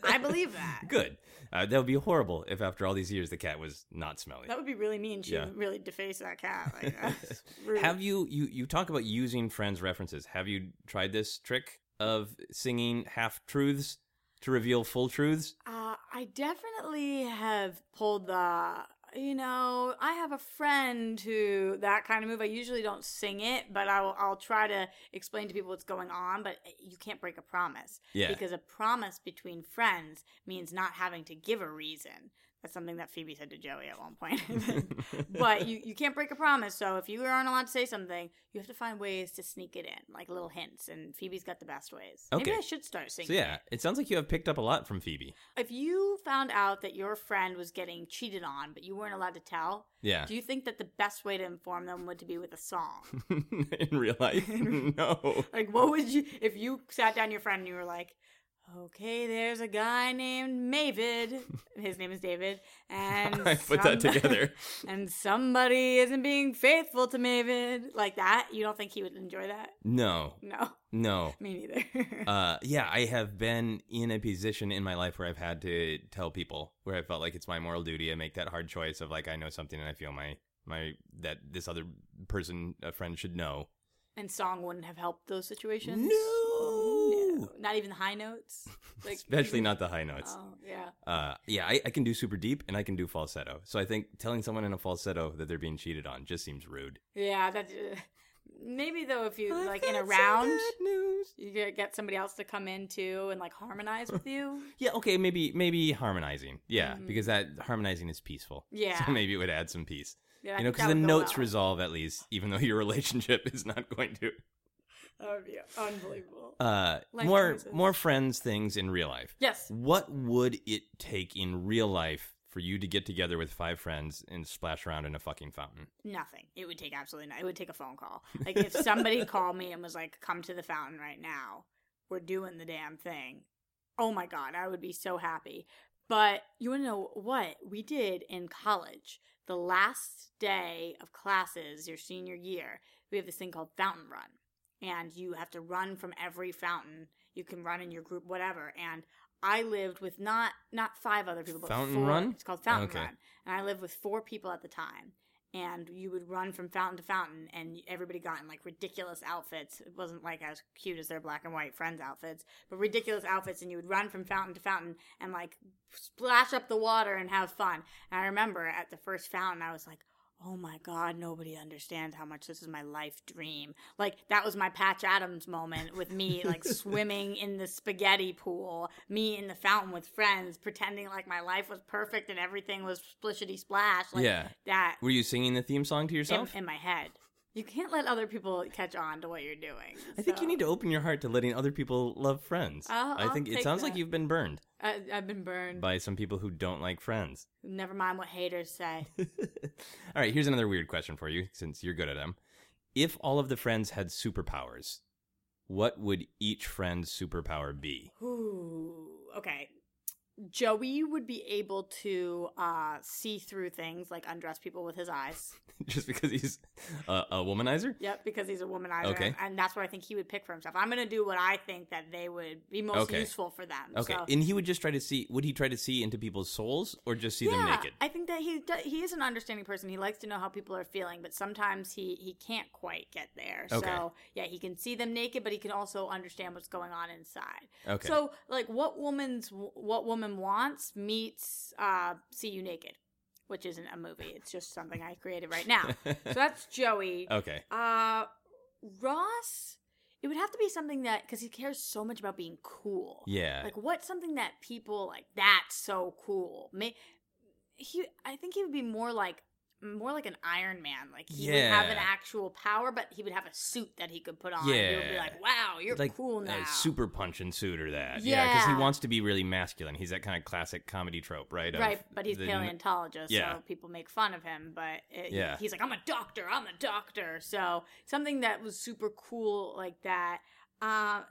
D: I believe that
C: Good. Uh, that would be horrible if after all these years the cat was not smelly.
D: that would be really mean she
C: Yeah.
D: really defaced that cat like that's rude.
C: Have you, you, you talk about using friends' references. Have you tried this trick of singing half truths to reveal full truths?
D: Uh, I definitely have pulled the, you know, I have a friend who that kind of move. I usually don't sing it, but I'll I'll try to explain to people what's going on. But eh, you can't break a promise
C: Yeah.
D: because a promise between friends means not having to give a reason. That's something that Phoebe said to Joey at one point. but you, you can't break a promise. So if you aren't allowed to say something, you have to find ways to sneak it in, like little hints. And Phoebe's got the best ways. Maybe
C: Okay.
D: I should start singing.
C: So yeah, it sounds like you have picked up a lot from Phoebe.
D: If you found out that your friend was getting cheated on, but you weren't allowed to tell,
C: Yeah.
D: do you think that the best way to inform them would to be with a song?
C: in real life. no.
D: Like, what would you if you sat down your friend and you were like, "Okay, there's a guy named Mavid. His name is David, and
C: I put that
D: some-
C: together.
D: And somebody isn't being faithful to Mavid like that. You don't think he would enjoy that?
C: No.
D: No,
C: No.
D: me neither.
C: Uh, yeah, I have been in a position in my life where I've had to tell people where I felt like it's my moral duty. I make that hard choice of like I know something and I feel my my that this other person a friend should know.
D: and song wouldn't have helped those situations.
C: No.
D: No. not even the high notes. Like,
C: Especially
D: even-
C: not the high notes.
D: Oh yeah.
C: Uh, yeah, I, I can do super deep and I can do falsetto. So I think telling someone in a falsetto that they're being cheated on just seems rude.
D: Yeah, that's uh, maybe though if
C: Oh,
D: you like in a round,
C: news.
D: you get get somebody else to come in too and like harmonize with you.
C: Yeah, okay, maybe maybe harmonizing. Yeah,
D: Mhm.
C: because that harmonizing is peaceful.
D: Yeah.
C: So maybe it would add some peace.
D: Yeah,
C: you know,
D: that-
C: because
D: that
C: the
D: would go
C: notes
D: well.
C: resolve at least, even though your relationship is not going to.
D: That would be unbelievable.
C: Uh,
D: Life
C: more
D: choices.
C: more friends things in real life.
D: yes.
C: What would it take in real life for you to get together with five friends and splash around in a fucking fountain?
D: Nothing. It would take absolutely nothing. It would take a phone call. Like if somebody called me and was like, "Come to the fountain right now. We're doing the damn thing." Oh my god, I would be so happy. But you want to know what we did in college? The last day of classes, your senior year, we have this thing called fountain run, and you have to run from every fountain. You can run in your group, whatever. And I lived with not not five other people, but
C: Fountain
D: four.
C: run?
D: It's called fountain
C: Okay.
D: run, and I lived with four people at the time and you would run from fountain to fountain and everybody got in like ridiculous outfits it wasn't like as cute as their black and white friends outfits but ridiculous outfits and you would run from fountain to fountain and like splash up the water and have fun and i remember at the first fountain i was like oh my god nobody understands how much this is my life dream like that was my patch adams moment with me like swimming in the spaghetti pool me in the fountain with friends pretending like my life was perfect and everything was splishity splash like
C: yeah.
D: that
C: Were you singing the theme song to
D: in,
C: yourself?
D: in my head. You can't let other people catch on to what you're doing.
C: I think you need to open your heart to letting other people love friends.
D: I'll-
C: I
D: I'll
C: think it
D: take
C: sounds
D: that.
C: like you've been burned
D: I, I've been burned.
C: by some people who don't like friends.
D: Never mind what haters say.
C: All right, here's another weird question for you since you're good at them. If all of the friends had superpowers, what would each friend's superpower be?
D: Ooh, okay. Joey would be able to uh, see through things, like undress people with his eyes.
C: Just because he's a, a womanizer?
D: Yep, because he's a womanizer,
C: Okay.
D: and that's what I think he would pick for himself. I'm gonna do what I think that they would be most
C: Okay.
D: useful for them.
C: Okay,
D: so-
C: and he would just try to see, would he try to see into people's souls or just see them naked?
D: I think that he do, he is an understanding person. He likes to know how people are feeling, but sometimes he he can't quite get there.
C: Okay.
D: So yeah, he can see them naked, but he can also understand what's going on inside.
C: Okay.
D: So like, what woman's what woman wants meets uh, see you naked, which isn't a movie. It's just something I created right now. so that's Joey.
C: okay.
D: Uh, Ross. It would have to be something that because he cares so much about being cool.
C: Yeah.
D: Like what's something that people like that's so cool. May he I think he would be more like more like an Iron Man. Like he would have an
C: Yeah.
D: actual power, but he would have a suit that he could put on. Yeah. He would be
C: Yeah.
D: like, Wow, you're
C: like
D: cool
C: a
D: now.
C: Uh, super punch and suit or that. Yeah, because
D: Yeah.
C: he wants to be really masculine. He's that kind of classic comedy trope, right? of
D: Right, but he's
C: the-
D: paleontologist,
C: Yeah.
D: so people make fun of him. But it,
C: Yeah.
D: he's like, I'm a doctor, I'm a doctor. So something that was super cool like that. Uh,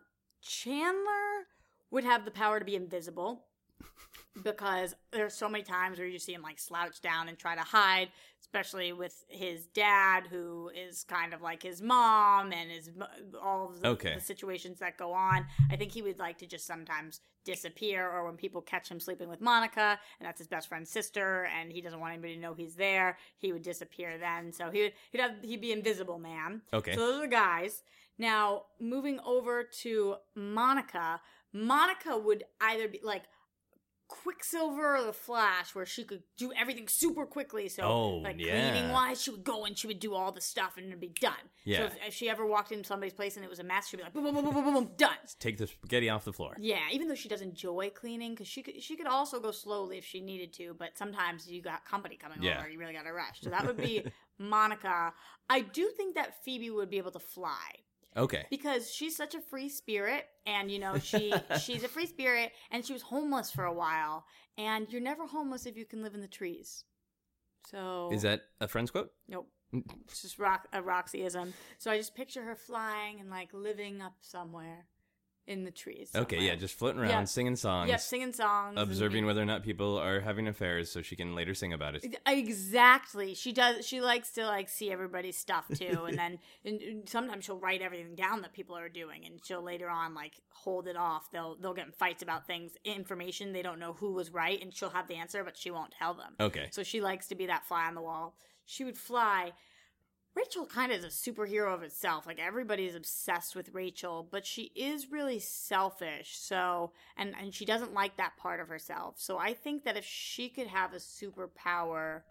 D: Chandler would have the power to be invisible because there's so many times where you see him like slouch down and try to hide, especially with his dad, who is kind of like his mom and his mo- all of the,
C: Okay.
D: the situations that go on. I think he would like to just sometimes disappear, or when people catch him sleeping with Monica, and that's his best friend's sister, and he doesn't want anybody to know he's there, he would disappear then. So he would he'd, have, he'd be invisible, man.
C: Okay.
D: So those are the guys. Now, moving over to Monica, Monica would either be like Quicksilver or the Flash, where she could do everything super quickly. So,
C: Oh,
D: like
C: yeah.
D: cleaning wise, she would go and she would do all the stuff and it'd be done. So
C: Yeah.
D: if, if she ever walked into somebody's place and it was a mess, she'd be like, boom, boom, boom, boom, boom, boom, boom done.
C: Take the spaghetti off the floor.
D: Yeah, even though she does enjoy cleaning, because she could she could also go slowly if she needed to. But sometimes you got company coming
C: Yeah.
D: over, you really got to rush. So that would be Monica. I do think that Phoebe would be able to fly
C: Okay.
D: because she's such a free spirit and you know she she's a free spirit and she was homeless for a while and you're never homeless if you can live in the trees so
C: Is that a friend's quote?
D: nope it's just rock a roxyism so i just picture her flying and like living up somewhere in the trees
C: Okay, yeah,
D: somewhere.
C: just floating around,
D: Yeah.
C: singing songs,
D: yeah singing songs and
C: observing
D: being-
C: whether or not people are having affairs so she can later sing about it.
D: Exactly. She does. She likes to like see everybody's stuff too, and then and, and sometimes she'll write everything down that people are doing, and she'll later on like hold it off. They'll they'll get in fights about things, information they don't know who was right, and she'll have the answer, but she won't tell them.
C: Okay.
D: So she likes to be that fly on the wall. She would fly. Rachel kind of is a superhero of itself. Like everybody is obsessed with Rachel, but she is really selfish. So, and and she doesn't like that part of herself. So I think that if she could have a superpower,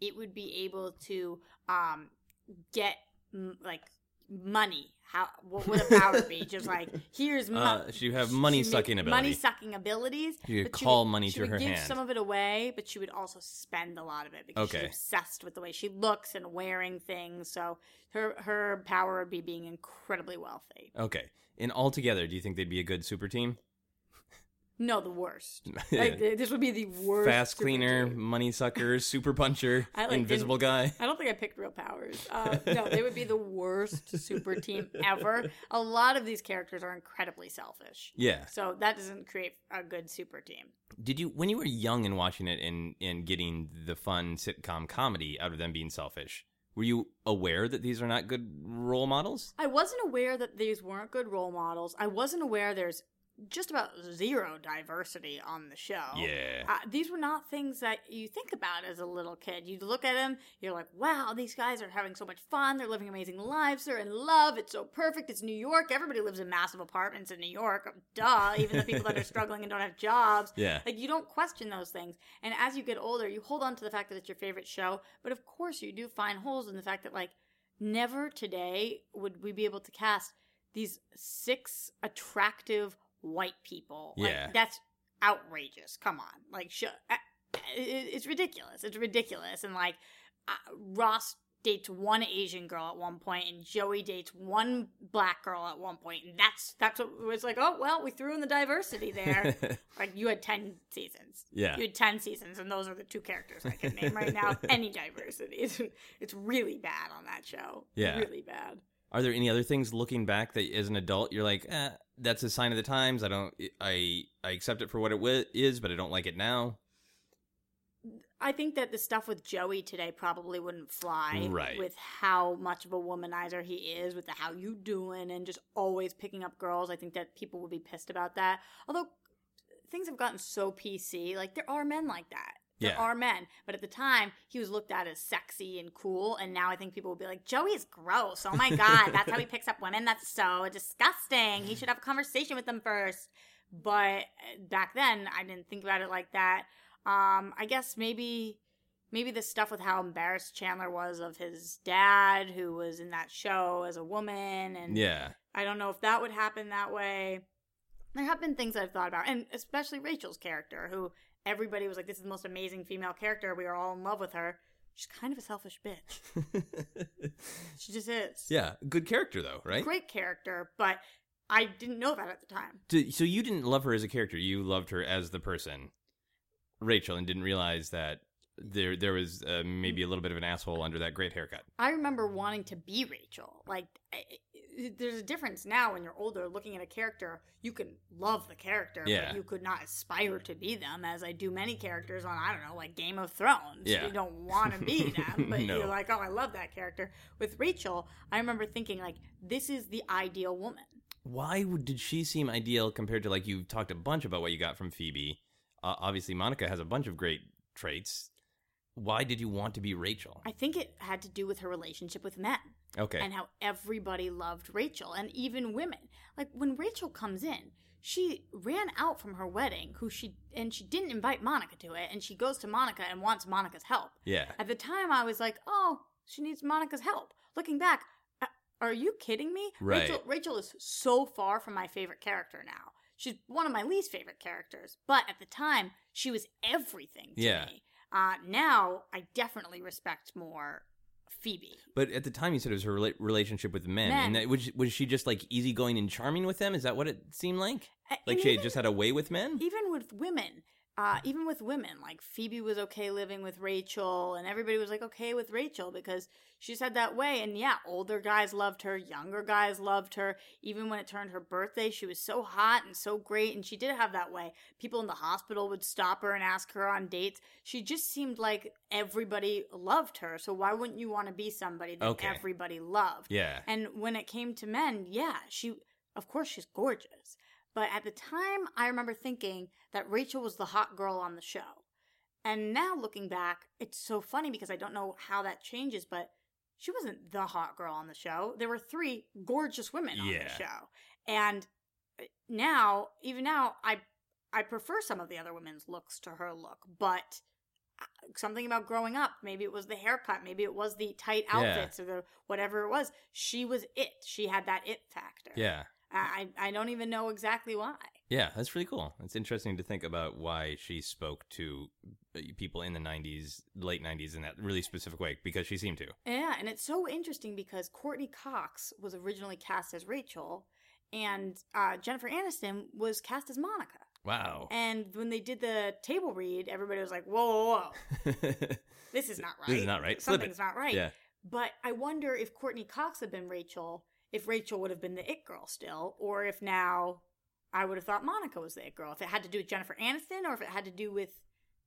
D: it would be able to um get m- like money. How what would a power be? Just like here's mo-
C: Uh, she'd have money
D: she'd make
C: sucking ability.
D: Money sucking abilities.
C: You could
D: but she
C: call
D: would-
C: money
D: she
C: to
D: would
C: her
D: give
C: hand.
D: Some of it away, but she would also spend a lot of it because
C: Okay.
D: she's obsessed with the way she looks and wearing things. So her her power would be being incredibly wealthy.
C: Okay. And altogether, do you think they'd be a good super team?
D: No, the worst. Like, th- this would be the worst.
C: Fast
D: super
C: cleaner,
D: team.
C: money sucker, super puncher,
D: I, like,
C: invisible guy.
D: I don't think I picked real powers. Uh, no, they would be the worst super team ever. A lot of these characters are incredibly selfish.
C: Yeah.
D: So that doesn't create a good super team.
C: Did you when you were young and watching it and and getting the fun sitcom comedy out of them being selfish? Were you aware that these are not good role models?
D: I wasn't aware that these weren't good role models. I wasn't aware there's just about zero diversity on the show.
C: Yeah.
D: Uh, these were not things that you think about as a little kid. You look at them, you're like, wow, these guys are having so much fun. They're living amazing lives. They're in love. It's so perfect. It's New York. Everybody lives in massive apartments in New York. Duh. Even the people that are struggling and don't have jobs.
C: Yeah.
D: Like you don't question those things. And as you get older, you hold on to the fact that it's your favorite show, but of course you do find holes in the fact that like never today would we be able to cast these six attractive white people. Like,
C: Yeah.
D: that's outrageous. Come on. Like sh- I- I- it's ridiculous. It's ridiculous and like uh, Ross dates one Asian girl at one point, and Joey dates one black girl at one point, and that's that's what it was like. Oh well, we threw in the diversity there. like you had ten seasons,
C: yeah.
D: you had ten seasons, and those are the two characters I can name right now. Any diversity, it's, it's really bad on that show.
C: Yeah.
D: really bad.
C: Are there any other things looking back that as an adult you're like, eh, that's a sign of the times. I don't I I accept it for what it wi- is, but I don't like it now.
D: I think that the stuff with Joey today probably wouldn't fly.
C: Right.
D: With how much of a womanizer he is, with the how you doing, and just always picking up girls. I think that people would be pissed about that. Although things have gotten so PC, like there are men like that. There
C: Yeah.
D: are men. But at the time, he was looked at as sexy and cool. And now I think people will be like, Joey is gross. Oh my God. That's how he picks up women. That's so disgusting. He should have a conversation with them first. But uh, back then, I didn't think about it like that. Um, I guess maybe. Maybe the stuff with how embarrassed Chandler was of his dad, who was in that show as a woman, and
C: Yeah.
D: I don't know if that would happen that way. There have been things I've thought about, and especially Rachel's character, who everybody was like, "This is the most amazing female character. We are all in love with her." She's kind of a selfish bitch. She just is.
C: yeah. Good character though, right?
D: Great character, but I didn't know that at the time.
C: D- So you didn't love her as a character. You loved her as the person, Rachel, and didn't realize that there there was uh, maybe a little bit of an asshole under that great haircut.
D: I remember wanting to be Rachel. Like, I, I- there's a difference now when you're older looking at a character. You can love the character,
C: Yeah.
D: but you could not aspire to be them, as I do many characters on, I don't know, like Game of Thrones.
C: Yeah.
D: You don't want to be them, but
C: No.
D: you're like, oh, I love that character. With Rachel, I remember thinking, like, this is the ideal woman.
C: Why would- did she seem ideal compared to like you talked a bunch about what you got from Phoebe? Uh, obviously, Monica has a bunch of great traits. Why did you want to be Rachel?
D: I think it had to do with her relationship with men.
C: Okay,
D: and how everybody loved Rachel and even women. Like when Rachel comes in, she ran out from her wedding who she and she didn't invite monica to it and she goes to monica and wants monica's help
C: Yeah.
D: at the time i was like oh she needs monica's help looking back uh, are you kidding me
C: Right.
D: rachel, rachel is so far from my favorite character now she's one of my least favorite characters but at the time she was everything to
C: Yeah.
D: me uh, now i definitely respect more phoebe
C: But at the time, you said it was her rela- relationship with men,
D: Men.
C: and that, was was she just like easygoing and charming with them? Is that what it seemed like?
D: A-
C: Like
D: and
C: she
D: even-
C: had just had a way with men?
D: even with women uh, even with women like phoebe was okay living with rachel and everybody was like okay with rachel because she said that way and yeah older guys loved her younger guys loved her even when it turned her birthday she was so hot and so great and she did have that way people in the hospital would stop her and ask her on dates she just seemed like everybody loved her so why wouldn't you want to be somebody that
C: Okay.
D: everybody loved
C: Yeah.
D: and when it came to men, yeah, she, of course, she's gorgeous. But at the time, I remember thinking that Rachel was the hot girl on the show. And now looking back, it's so funny because I don't know how that changes, but she wasn't the hot girl on the show. There were three gorgeous women on
C: Yeah.
D: the show. And uh, now, even now, I I prefer some of the other women's looks to her look, but uh, something about growing up, maybe it was the haircut, maybe it was the tight
C: Yeah.
D: outfits or the whatever it was. She was it. She had that it factor.
C: Yeah.
D: I I I don't even know exactly why.
C: Yeah, that's really cool. It's interesting to think about why she spoke to uh, people in the 90s, late 90s in that really specific way because she seemed to.
D: Yeah, and it's so interesting because Courtney Cox was originally cast as Rachel, and uh, Jennifer Aniston was cast as Monica.
C: Wow.
D: And when they did the table read, everybody was like, "Whoa, whoa, whoa. this is not right.
C: This is not right. Flip it."
D: Something's not right."
C: Yeah.
D: But I wonder if Courtney Cox had been Rachel, if Rachel would have been the it girl still, or if now I would have thought Monica was the it girl. If it had to do with Jennifer Aniston, or if it had to do with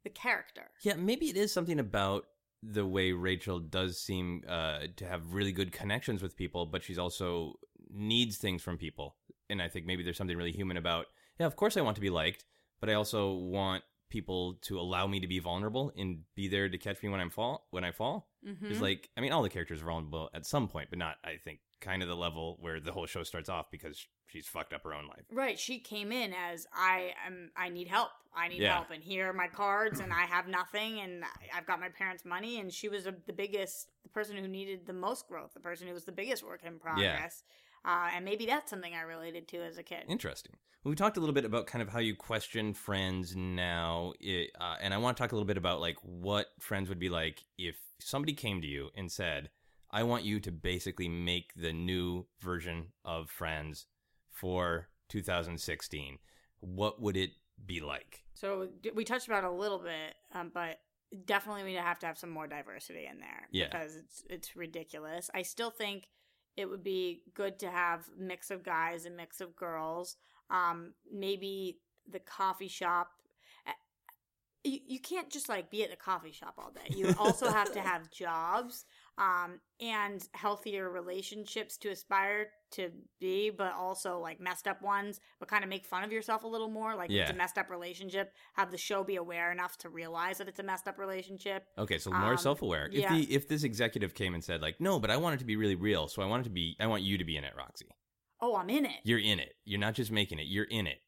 D: the character.
C: Yeah, maybe it is something about the way Rachel does seem uh, to have really good connections with people, but she's also needs things from people. And I think maybe there's something really human about, yeah, of course I want to be liked, but I also want people to allow me to be vulnerable and be there to catch me when I'm fall when I fall.
D: Mm-hmm.
C: It's like I mean, all the characters are vulnerable at some point, but not I think kind of the level where the whole show starts off because she's fucked up her own life.
D: Right, she came in as I am. I need help. I need
C: Yeah.
D: help, and here are my cards, and I have nothing, and I- I've got my parents' money. And she was a, the biggest, the person who needed the most growth, the person who was the biggest work in progress. Uh, and maybe that's something I related to as a kid.
C: Interesting. We talked a little bit about kind of how you question friends now, i- uh, and I want to talk a little bit about like what friends would be like if somebody came to you and said, "I want you to basically make the new version of Friends for 2016." What would it be like?
D: So d- we touched about it a little bit, um, but definitely we have to have some more diversity in there
C: Yeah.
D: because it's it's ridiculous. I still think it would be good to have mix of guys and mix of girls. Um, maybe the coffee shop. eh, You, you can't just like be at the coffee shop all day. You also have to have jobs um, and healthier relationships to aspire to be, but also like messed up ones, but kind of make fun of yourself a little more. Like
C: Yeah.
D: it's a messed up relationship. Have the show be aware enough to realize that it's a messed up relationship.
C: Okay, so more
D: Um,
C: self-aware. If
D: yeah.
C: the if this executive came and said like, "No, but I want it to be really real, so I want it to be I want you to be in it, Roxy.
D: Oh, I'm in it.
C: You're in it. You're not just making it. You're in it."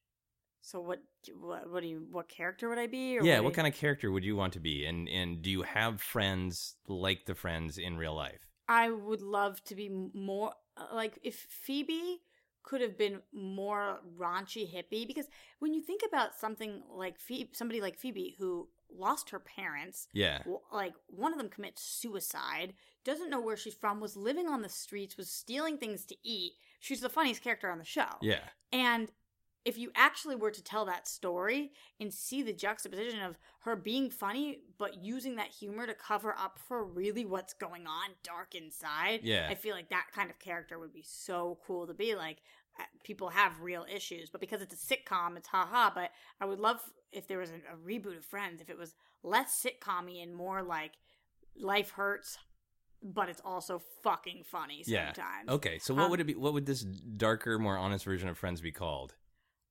D: So what? What? What do you? What character would I be? Or
C: yeah,
D: do
C: what
D: you-
C: kind of character would you want to be? And and do you have friends like the friends in real life?
D: I would love to be more uh, like if Phoebe could have been more raunchy hippie because when you think about something like Phoebe, somebody like Phoebe who lost her parents,
C: Yeah.
D: w- like one of them commits suicide, doesn't know where she's from, was living on the streets, was stealing things to eat. She's the funniest character on the show.
C: Yeah.
D: And if you actually were to tell that story and see the juxtaposition of her being funny but using that humor to cover up for really what's going on dark inside,
C: Yeah.
D: I feel like that kind of character would be so cool to be like. uh, People have real issues, but because it's a sitcom, it's haha. But I would love if there was a, a reboot of Friends, if it was less sitcom-y and more like life hurts, but it's also fucking funny
C: Yeah. Oh.
D: sometimes.
C: Okay. So what
D: Um,
C: would it be what would this darker, more honest version of friends be called?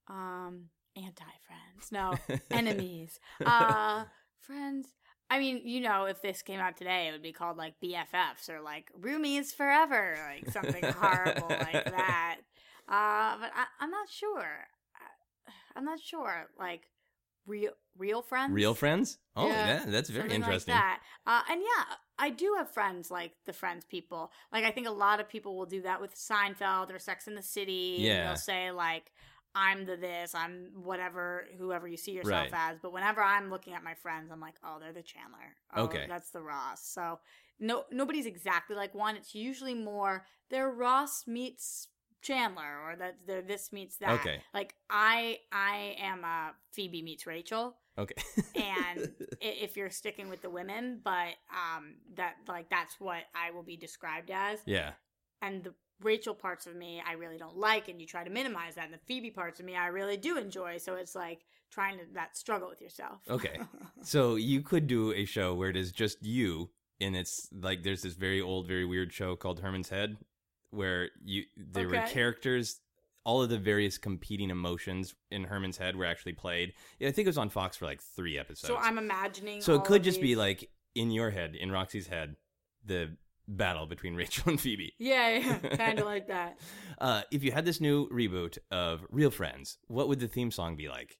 D: um anti friends no enemies uh friends i mean you know if this came out today it would be called like bffs or like roomies forever like something horrible like that uh but I, i'm not sure I'm not sure. Like real real friends.
C: Real friends? Oh,
D: Yeah.
C: that- that's very
D: Something
C: interesting.
D: Like that. Uh, and yeah, I do have friends like the Friends people. Like I think a lot of people will do that with Seinfeld or Sex in the City. and
C: Yeah.
D: they'll say like, "I'm the this, I'm whatever, whoever you see yourself
C: Right.
D: as." But whenever I'm looking at my friends, I'm like, "Oh, they're the Chandler. Oh,
C: Okay.
D: that's the Ross." So no, nobody's exactly like one. It's usually more they're Ross meets Chandler, or that they're this meets that.
C: Okay.
D: Like I, I am a Phoebe meets Rachel
C: Okay.
D: and i- if you're sticking with the women, but um, that like that's what I will be described as.
C: yeah.
D: And the Rachel parts of me I really don't like, and you try to minimize that. And the Phoebe parts of me I really do enjoy. So it's like trying to that struggle with yourself.
C: Okay. So you could do a show where it is just you, and it's like there's this very old, very weird show called Herman's Head, where you there were
D: Okay.
C: characters. All of the various competing emotions in Herman's head were actually played. Yeah, I think it was on Fox for like three episodes.
D: so I'm imagining.
C: So
D: all
C: it could
D: of
C: just be
D: these-
C: like in your head, in Roxy's head, the battle between Rachel and Phoebe.
D: Yeah, yeah kind of like that.
C: Uh, if you had this new reboot of Real Friends, what would the theme song be like?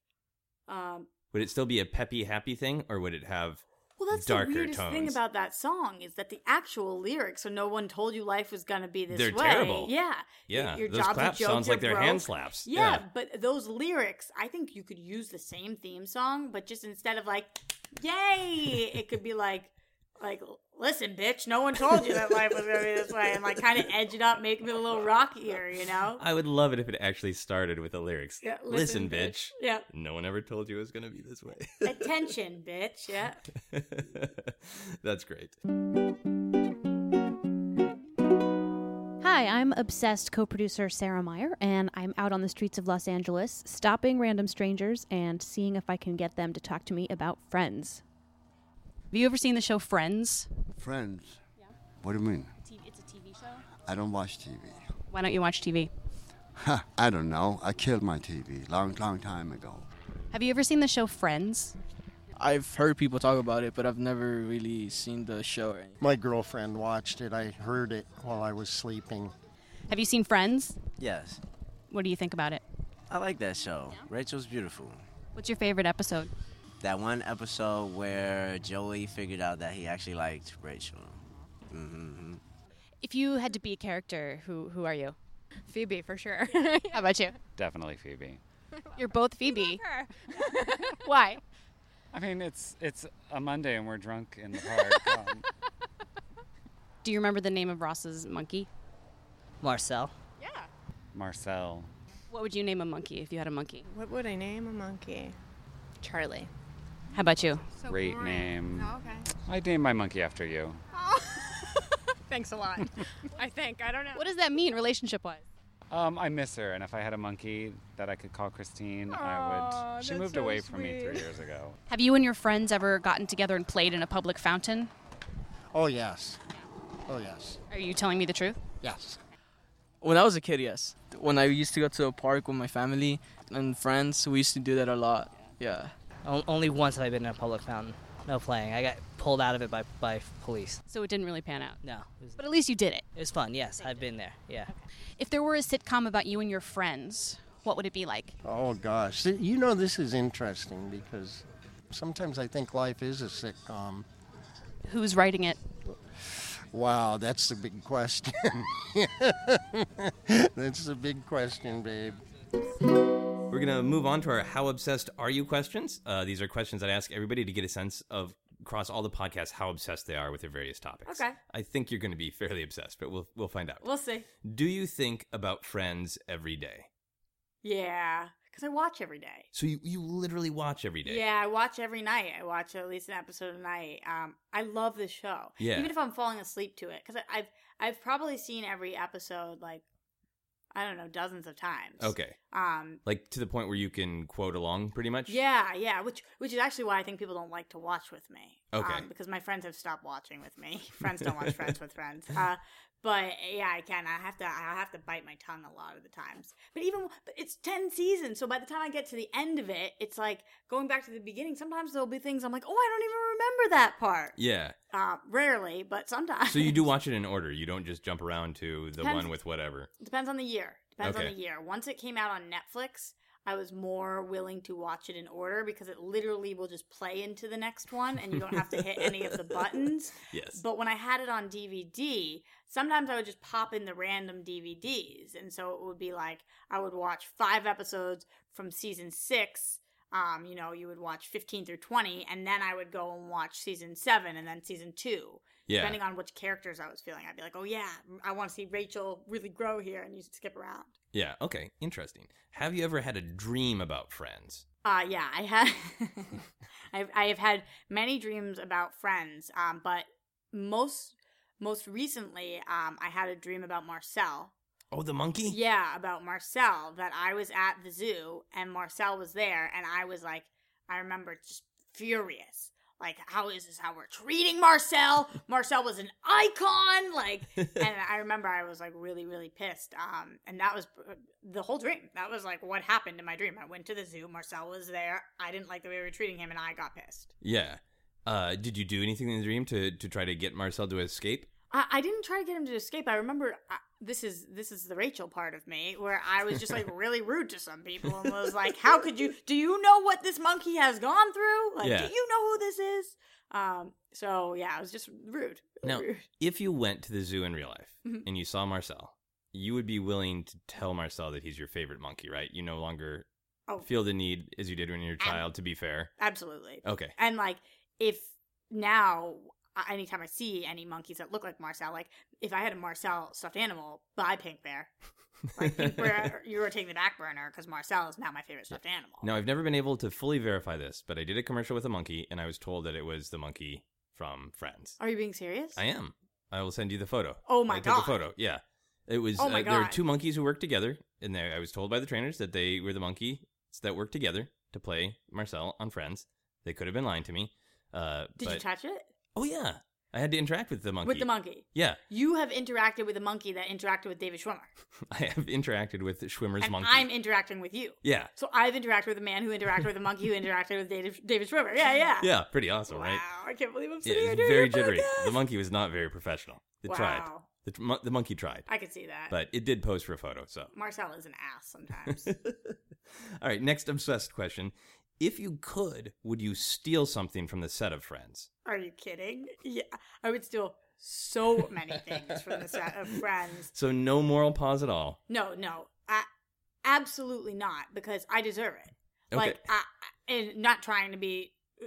D: Um,
C: Would it still be a peppy, happy thing, or would it have?
D: Well, that's
C: darker
D: the weirdest thing
C: tones.
D: about that song is that the actual lyrics. So no one told you life was going to be this
C: They're
D: way.
C: terrible.
D: Yeah,
C: Yeah,
D: Your
C: those
D: job's a
C: claps
D: joke,
C: sounds like
D: you're
C: they're hand
D: broke.
C: slaps.
D: Yeah, but those lyrics, I think you could use the same theme song, but just instead of like, "Yay!" it could be like, like, "Listen, bitch, no one told you that life was gonna be this way," and like kind of edge it up, make it a little rockier, you know?
C: I would love it if it actually started with the lyrics.
D: Yeah,
C: listen, bitch.
D: Yeah,
C: No one ever told you it was going to be this way.
D: attention, bitch. Yeah.
C: That's great.
A: Hi, I'm obsessed co producer Sarah Meyer, and I'm out on the streets of Los Angeles stopping random strangers and seeing if I can get them to talk to me about friends.
E: Have you ever seen the show Friends?
F: Friends. What do you mean?
E: It's a TV show.
F: I don't watch TV.
E: Why don't you watch TV?
F: Ha, I don't know. I killed my TV long, long time ago.
E: Have you ever seen the show Friends?
G: I've heard people talk about it, but I've never really seen the show. Or anything.
H: My girlfriend watched it. I heard it while I was sleeping.
E: Have you seen Friends?
I: Yes.
E: What do you think about it?
I: I like that show. Rachel's beautiful.
E: What's your favorite episode?
I: That one episode where Joey figured out that he actually liked Rachel.
E: If you had to be a character, who who are you?
J: Phoebe for sure.
E: How about you?
K: Definitely Phoebe.
E: You're both Phoebe. Why?
K: I mean, it's it's a Monday and we're drunk in the park. Um,
E: Do you remember the name of Ross's monkey?
J: Marcel.
K: Marcel.
E: What would you name a monkey if you had a monkey?
J: What would I name a monkey? Charlie.
E: How about you?
K: Great name.
J: Oh, okay.
K: I named my monkey after you.
J: Thanks a lot. I think. I don't know.
E: What does that mean relationship wise?
K: Um, I miss her, and if I had a monkey that I could call Christine, I
J: Aw,
K: would. She
J: that's
K: moved
J: so
K: away from me three
J: sweet.
K: years ago.
E: Have you and your friends ever gotten together and played in a public fountain?
H: Oh, yes. Oh, yes.
E: Are you telling me the truth?
H: Yes.
G: When I was a kid, yes. When I used to go to a park with my family and friends, we used to do that a lot. Yeah.
J: O- only once have I been in a public fountain. No playing. I got pulled out of it by, by police.
E: So it didn't really pan out.
J: No. It was,
E: But at least you did it.
J: it was fun. Yes, I've been there. Yeah.
E: If there were a sitcom about you and your friends, what would it be like?
H: Oh, gosh. Th- You know, this is interesting because sometimes I think life is a sitcom.
E: Who's writing it?
H: Wow, that's the big question. that's the big question, babe.
C: We're going to move on to our How Obsessed Are You questions. Uh, these are questions that I ask everybody to get a sense of, across all the podcasts, how obsessed they are with their various topics.
D: Okay.
C: I think you're going to be fairly obsessed, but we'll, we'll find out.
D: We'll see.
C: Do you think about friends every day?
D: Yeah, because I watch every day.
C: So you, you literally watch every day.
D: Yeah, I watch every night. I watch at least an episode a night. Um, I love this show.
C: Yeah.
D: Even if I'm falling asleep to it, because I've I've probably seen every episode like I don't know dozens of times.
C: Okay.
D: Um.
C: Like to the point where you can quote along pretty much?
D: Yeah, yeah. Which which is actually why I think people don't like to watch with me.
C: Okay.
D: Um, because my friends have stopped watching with me. friends don't watch Friends with friends. Uh, but yeah, I can. I have to. I have to bite my tongue a lot of the times. But even but it's ten seasons, so by the time I get to the end of it, it's like going back to the beginning. Sometimes there'll be things I'm like, oh, I don't even remember that part.
C: Yeah.
D: Uh, rarely, but sometimes.
C: So you do watch it in order. You don't just jump around to the
D: Depends-
C: one with whatever.
D: Depends on the year. Depends
C: Okay.
D: on the year. Once it came out on Netflix, I was more willing to watch it in order because it literally will just play into the next one and you don't have to hit any of the buttons.
C: Yes.
D: But when I had it on DVD, sometimes I would just pop in the random DVDs. And so it would be like I would watch five episodes from season six. Um, you know, you would watch 15 through 20, and then I would go and watch season seven and then season two.
C: Yeah.
D: Depending on which characters I was feeling, I'd be like, oh, yeah, I want to see Rachel really grow here, and you skip around.
C: Yeah. Okay. Interesting. Have you ever had a dream about friends?
D: Uh, yeah, I have. I've, I have had many dreams about friends, um, but most most recently, um, I had a dream about Marcel.
C: Oh, the monkey.
D: Yeah, about Marcel that I was at the zoo and Marcel was there, and I was like, I remember just furious. Like, how is this how we're treating Marcel? Marcel was an icon. Like, and I remember I was like really, really pissed. Um, and that was uh, the whole dream. That was like what happened in my dream. I went to the zoo. Marcel was there. I didn't like the way we were treating him, and I got pissed.
C: Yeah. Uh, did you do anything in the dream to to try to get Marcel to escape?
D: I, I didn't try to get him to escape. I remember I, this is this is the Rachel part of me where I was just like really rude to some people and was like, "How could you? Do you know what this monkey has gone through? Like,
C: Yeah.
D: do you know who this is?" Um. So yeah, I was just rude.
C: Now,
D: Rude.
C: if you went to the zoo in real life
D: Mhm.
C: and you saw Marcel, you would be willing to tell Marcel that he's your favorite monkey, right? You no longer
D: Oh.
C: feel the need as you did when you were a child. To be fair,
D: Absolutely.
C: Okay.
D: And like, if now I- anytime I see any monkeys that look like Marcel, like if I had a Marcel stuffed animal, buy Pink Bear. Like Pink Bear, you were taking the back burner because Marcel is now my favorite stuffed animal.
C: Now, I've never been able to fully verify this, but I did a commercial with a monkey, and I was told that it was the monkey from Friends.
D: Are you being serious?
C: I am. I will send you the photo.
D: Oh my
C: I took
D: God.
C: a photo. Yeah, it was.
D: Oh my
C: uh, There were
D: God.
C: two monkeys who worked together, and they, I was told by the trainers that they were the monkeys that worked together to play Marcel on Friends. They could have been lying to me. Uh,
D: Did you
C: but-
D: touch it?
C: Oh yeah, I had to interact with the monkey.
D: With the monkey.
C: Yeah,
D: You have interacted with a monkey that interacted with David Schwimmer.
C: I have interacted with Schwimmer's
D: and
C: monkey.
D: I'm interacting with you.
C: Yeah,
D: So I've interacted with a man who interacted with a monkey who interacted with David, David Schwimmer. Yeah, yeah.
C: yeah, pretty awesome, right?
D: Wow, I can't believe I'm
C: Yeah,
D: sitting here
C: it's
D: doing
C: very
D: your
C: jittery.
D: podcast.
C: The monkey was not very professional. It tried.
D: Wow.
C: The, tr- mon- the monkey tried,
D: I could see that.
C: but it did pose for a photo. So,
D: Marcel is an ass sometimes.
C: all right, next obsessed question: If you could, would you steal something from the set of Friends?
D: Are you kidding? Yeah, I would steal so many things from the set of Friends.
C: So no moral pause at all.
D: No, no, I, absolutely not, because I deserve it. Like,
C: Okay.
D: I, I- and not trying to be, uh,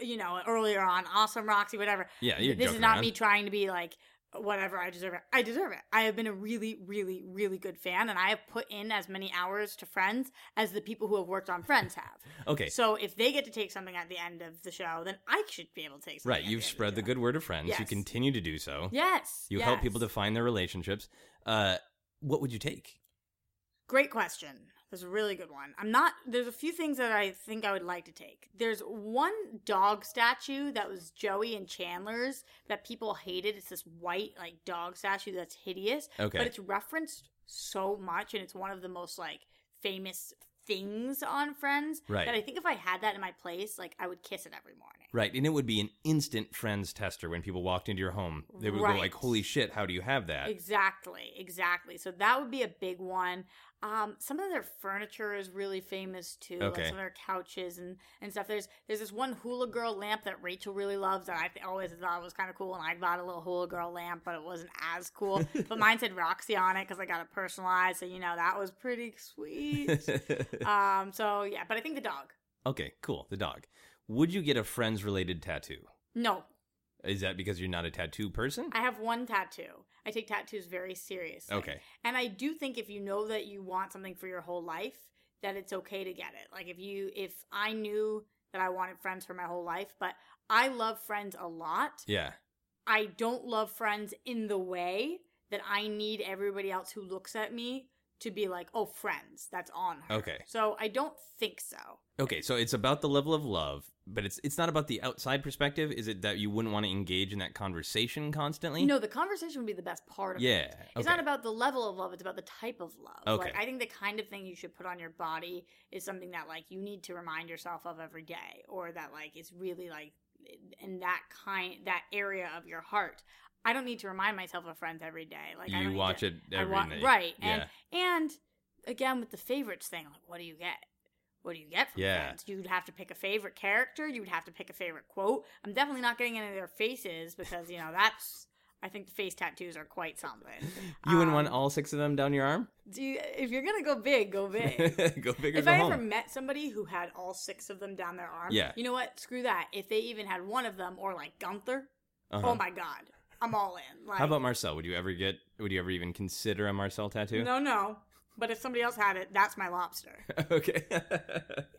D: you know, earlier on, awesome Roxy, whatever.
C: Yeah, you're
D: This is
C: joking
D: not
C: around.
D: me trying to be like, whatever, I deserve it. I deserve it. I have been a really, really, really good fan, and I have put in as many hours to Friends as the people who have worked on Friends have.
C: Okay.
D: So if they get to take something at the end of the show, then I should be able to take something.
C: right,
D: at the
C: you've
D: end of
C: spread the good word of Friends. You
D: Yes.
C: continue to do so.
D: Yes.
C: You help
D: yes.
C: people define their relationships. Uh, what would you take?
D: Great question. That's a really good one. I'm not. There's a few things that I think I would like to take. There's one dog statue that was Joey and Chandler's that people hated. It's this white like dog statue that's hideous.
C: Okay.
D: But it's referenced so much, and it's one of the most like famous things on Friends.
C: Right.
D: That I think if I had that in my place, like I would kiss it every morning.
C: Right, and it would be an instant Friends tester when people walked into your home. They would
D: Right.
C: go like, "Holy shit, how do you have that?"
D: Exactly, exactly. So that would be a big one. Um, some of their furniture is really famous too.
C: Okay.
D: Like some of their couches and, and stuff. There's there's this one hula girl lamp that Rachel really loves that I th- always thought was kind of cool, and I bought a little hula girl lamp, but it wasn't as cool. but mine said Roxy on it because I got it personalized, so you know that was pretty sweet. um, so yeah, but I think the dog.
C: okay, cool. The dog. Would you get a Friends related tattoo?
D: No,
C: Is that because you're not a tattoo person?
D: I have one tattoo. I take tattoos very seriously.
C: Okay.
D: And I do think if you know that you want something for your whole life, that it's okay to get it. Like if you if I knew that I wanted friends for my whole life, but I love friends a lot.
C: yeah.
D: I don't love friends in the way that I need everybody else who looks at me to be like, "Oh, friends, that's on her."
C: Okay.
D: So I don't think so.
C: Okay, so it's about the level of love, but it's it's not about the outside perspective. Is it that you wouldn't want to engage in that conversation constantly?
D: No, the conversation would be the best part of it.
C: Yeah,
D: It's
C: okay.
D: not about the level of love, it's about the type of love.
C: Okay.
D: Like I think the kind of thing you should put on your body is something that like you need to remind yourself of every day or that like is really like in that kind that area of your heart. I don't need to remind myself of friends every day. Like I
C: you
D: don't need
C: watch
D: to,
C: it every
D: I wa-
C: night,
D: Right.
C: Yeah.
D: And and again with the favorites thing. Like, what do you get? What do you get from
C: Yeah.
D: friends? You'd have to pick a favorite character. You'd have to pick a favorite quote. I'm definitely not getting any of their faces because you know that's. I think the face tattoos are quite something. Um,
C: You wouldn't want all six of them down your arm?
D: Do you, if you're gonna go big, go big.
C: go bigger
D: if
C: go
D: I
C: home.
D: ever met somebody who had all six of them down their arm,
C: Yeah.
D: you know what? Screw that. If they even had one of them, or like Gunther,
C: Uh-huh.
D: oh my god, I'm all in. Like,
C: How about Marcel? Would you ever get? Would you ever even consider a Marcel tattoo?
D: No, no. But if somebody else had it, that's my lobster.
C: okay.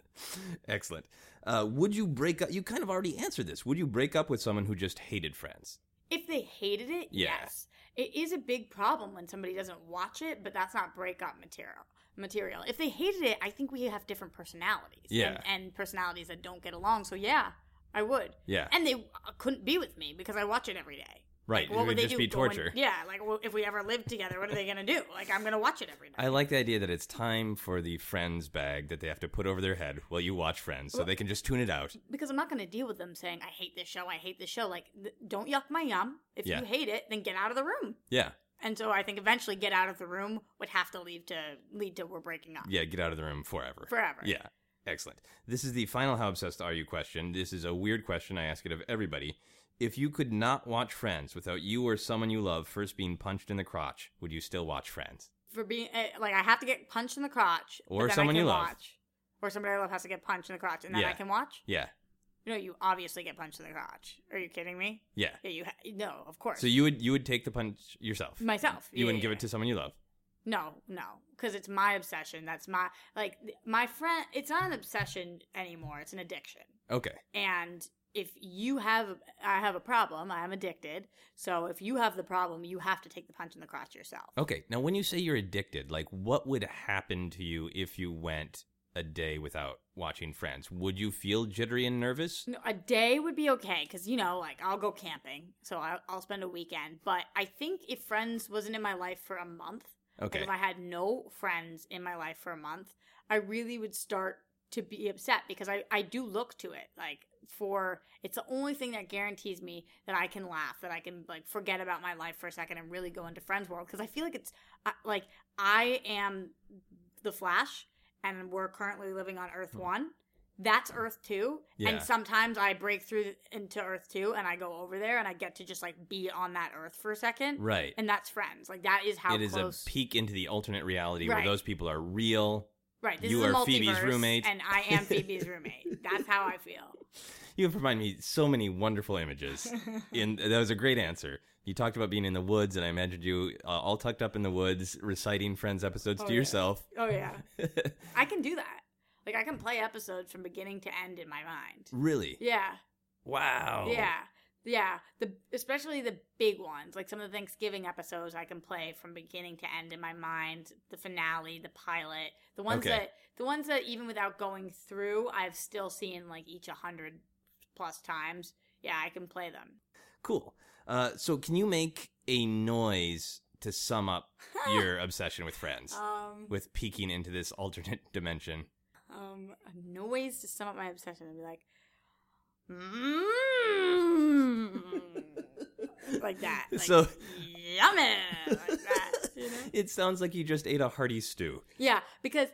C: Excellent. Uh, would you break up? You kind of already answered this. Would you break up with someone who just hated Friends?
D: If they hated it,
C: Yeah.
D: yes. It is a big problem when somebody doesn't watch it, but that's not breakup material. Material. If they hated it, I think we have different personalities.
C: Yeah.
D: And, and personalities that don't get along. So yeah, I would.
C: Yeah.
D: And they uh, couldn't be with me because I watch it every day.
C: Right.
D: What
C: it would
D: they
C: just
D: do?
C: be
D: Go in-
C: torture.
D: yeah. Like well, if we ever live together, what are they gonna do? Like I'm gonna watch it every day.
C: I like the idea that it's time for the Friends bag that they have to put over their head while you watch Friends, so
D: Well-
C: they can just tune it out.
D: because I'm not going to deal with them saying I hate this show, I hate this show. Like, th- don't yuck my yum. If
C: Yeah.
D: you hate it, then get out of the room.
C: Yeah.
D: And so I think eventually, get out of the room would have to lead to lead to we're breaking up.
C: Yeah, get out of the room forever.
D: Forever.
C: Yeah. Excellent. This is the final How Obsessed Are You question. This is a weird question. I ask it of everybody. If you could not watch Friends without you or someone you love first being punched in the crotch, would you still watch Friends?
D: For being eh, like, I have to get punched in the crotch, but
C: Or
D: then I
C: someone
D: can
C: you love.
D: watch, or somebody I love has to get punched in the crotch, and then
C: Yeah.
D: I can watch.
C: Yeah.
D: No, you obviously get punched in the crotch. Are you kidding me?
C: Yeah.
D: Yeah, you ha- no, of course.
C: So you would you would take the punch yourself?
D: Myself,
C: You wouldn't
D: yeah,
C: give it to someone you love.
D: No, no, because it's my obsession. That's my like th- my friend. It's not an obsession anymore. It's an addiction.
C: Okay.
D: and if you have i have a problem i am addicted so if you have the problem you have to take the punch in the crotch yourself
C: Okay. Now when you say you're addicted, like what would happen to you if you went a day without watching Friends? Would you feel jittery and nervous?
D: No, a day would be okay because you know like i'll go camping so I'll, I'll spend a weekend but i think if friends wasn't in my life for a month like,
C: Okay.
D: if i had no friends in my life for a month i really would start to be upset because i, I do look to it like for it's the only thing that guarantees me that i can laugh that i can like forget about my life for a second and really go into friends world because i feel like it's I like i am the flash and we're currently living on
C: Hmm.
D: earth one that's earth two
L: Yeah.
D: and sometimes i break through into earth two and i go over there and i get to just like be on that earth for a second
C: Right.
D: and that's friends like that is how
C: it is
D: close
C: a peek into the alternate reality
D: Right.
C: where those people are real.
D: right this
C: you
D: is a
C: are
D: multiverse,
C: Phoebe's roommate.
D: and i am phoebe's roommate that's how i feel
C: You have provided me so many wonderful images. and that was a great answer. You talked about being in the woods, and I imagined you uh, all tucked up in the woods, reciting Friends episodes
D: Oh,
C: to
D: yeah.
C: yourself.
D: oh yeah i can do that like i can play episodes from beginning to end in my mind
C: Really?
D: yeah
C: Wow.
D: Yeah. Yeah. The especially the big ones, like some of the Thanksgiving episodes I can play from beginning to end in my mind, the finale, the pilot, the ones
L: Okay.
D: that the ones that even without going through, I've still seen like each a 100 plus times. Yeah, I can play them.
C: Cool. Uh, so, can you make a noise to sum up your obsession with Friends?
D: Um.
C: with peeking into this alternate dimension.
D: Um no ways to sum up my obsession and be like "Mm." like that. Like,
C: So-
D: yummy like that. You know?
C: It sounds like you just ate a hearty stew.
D: Yeah, because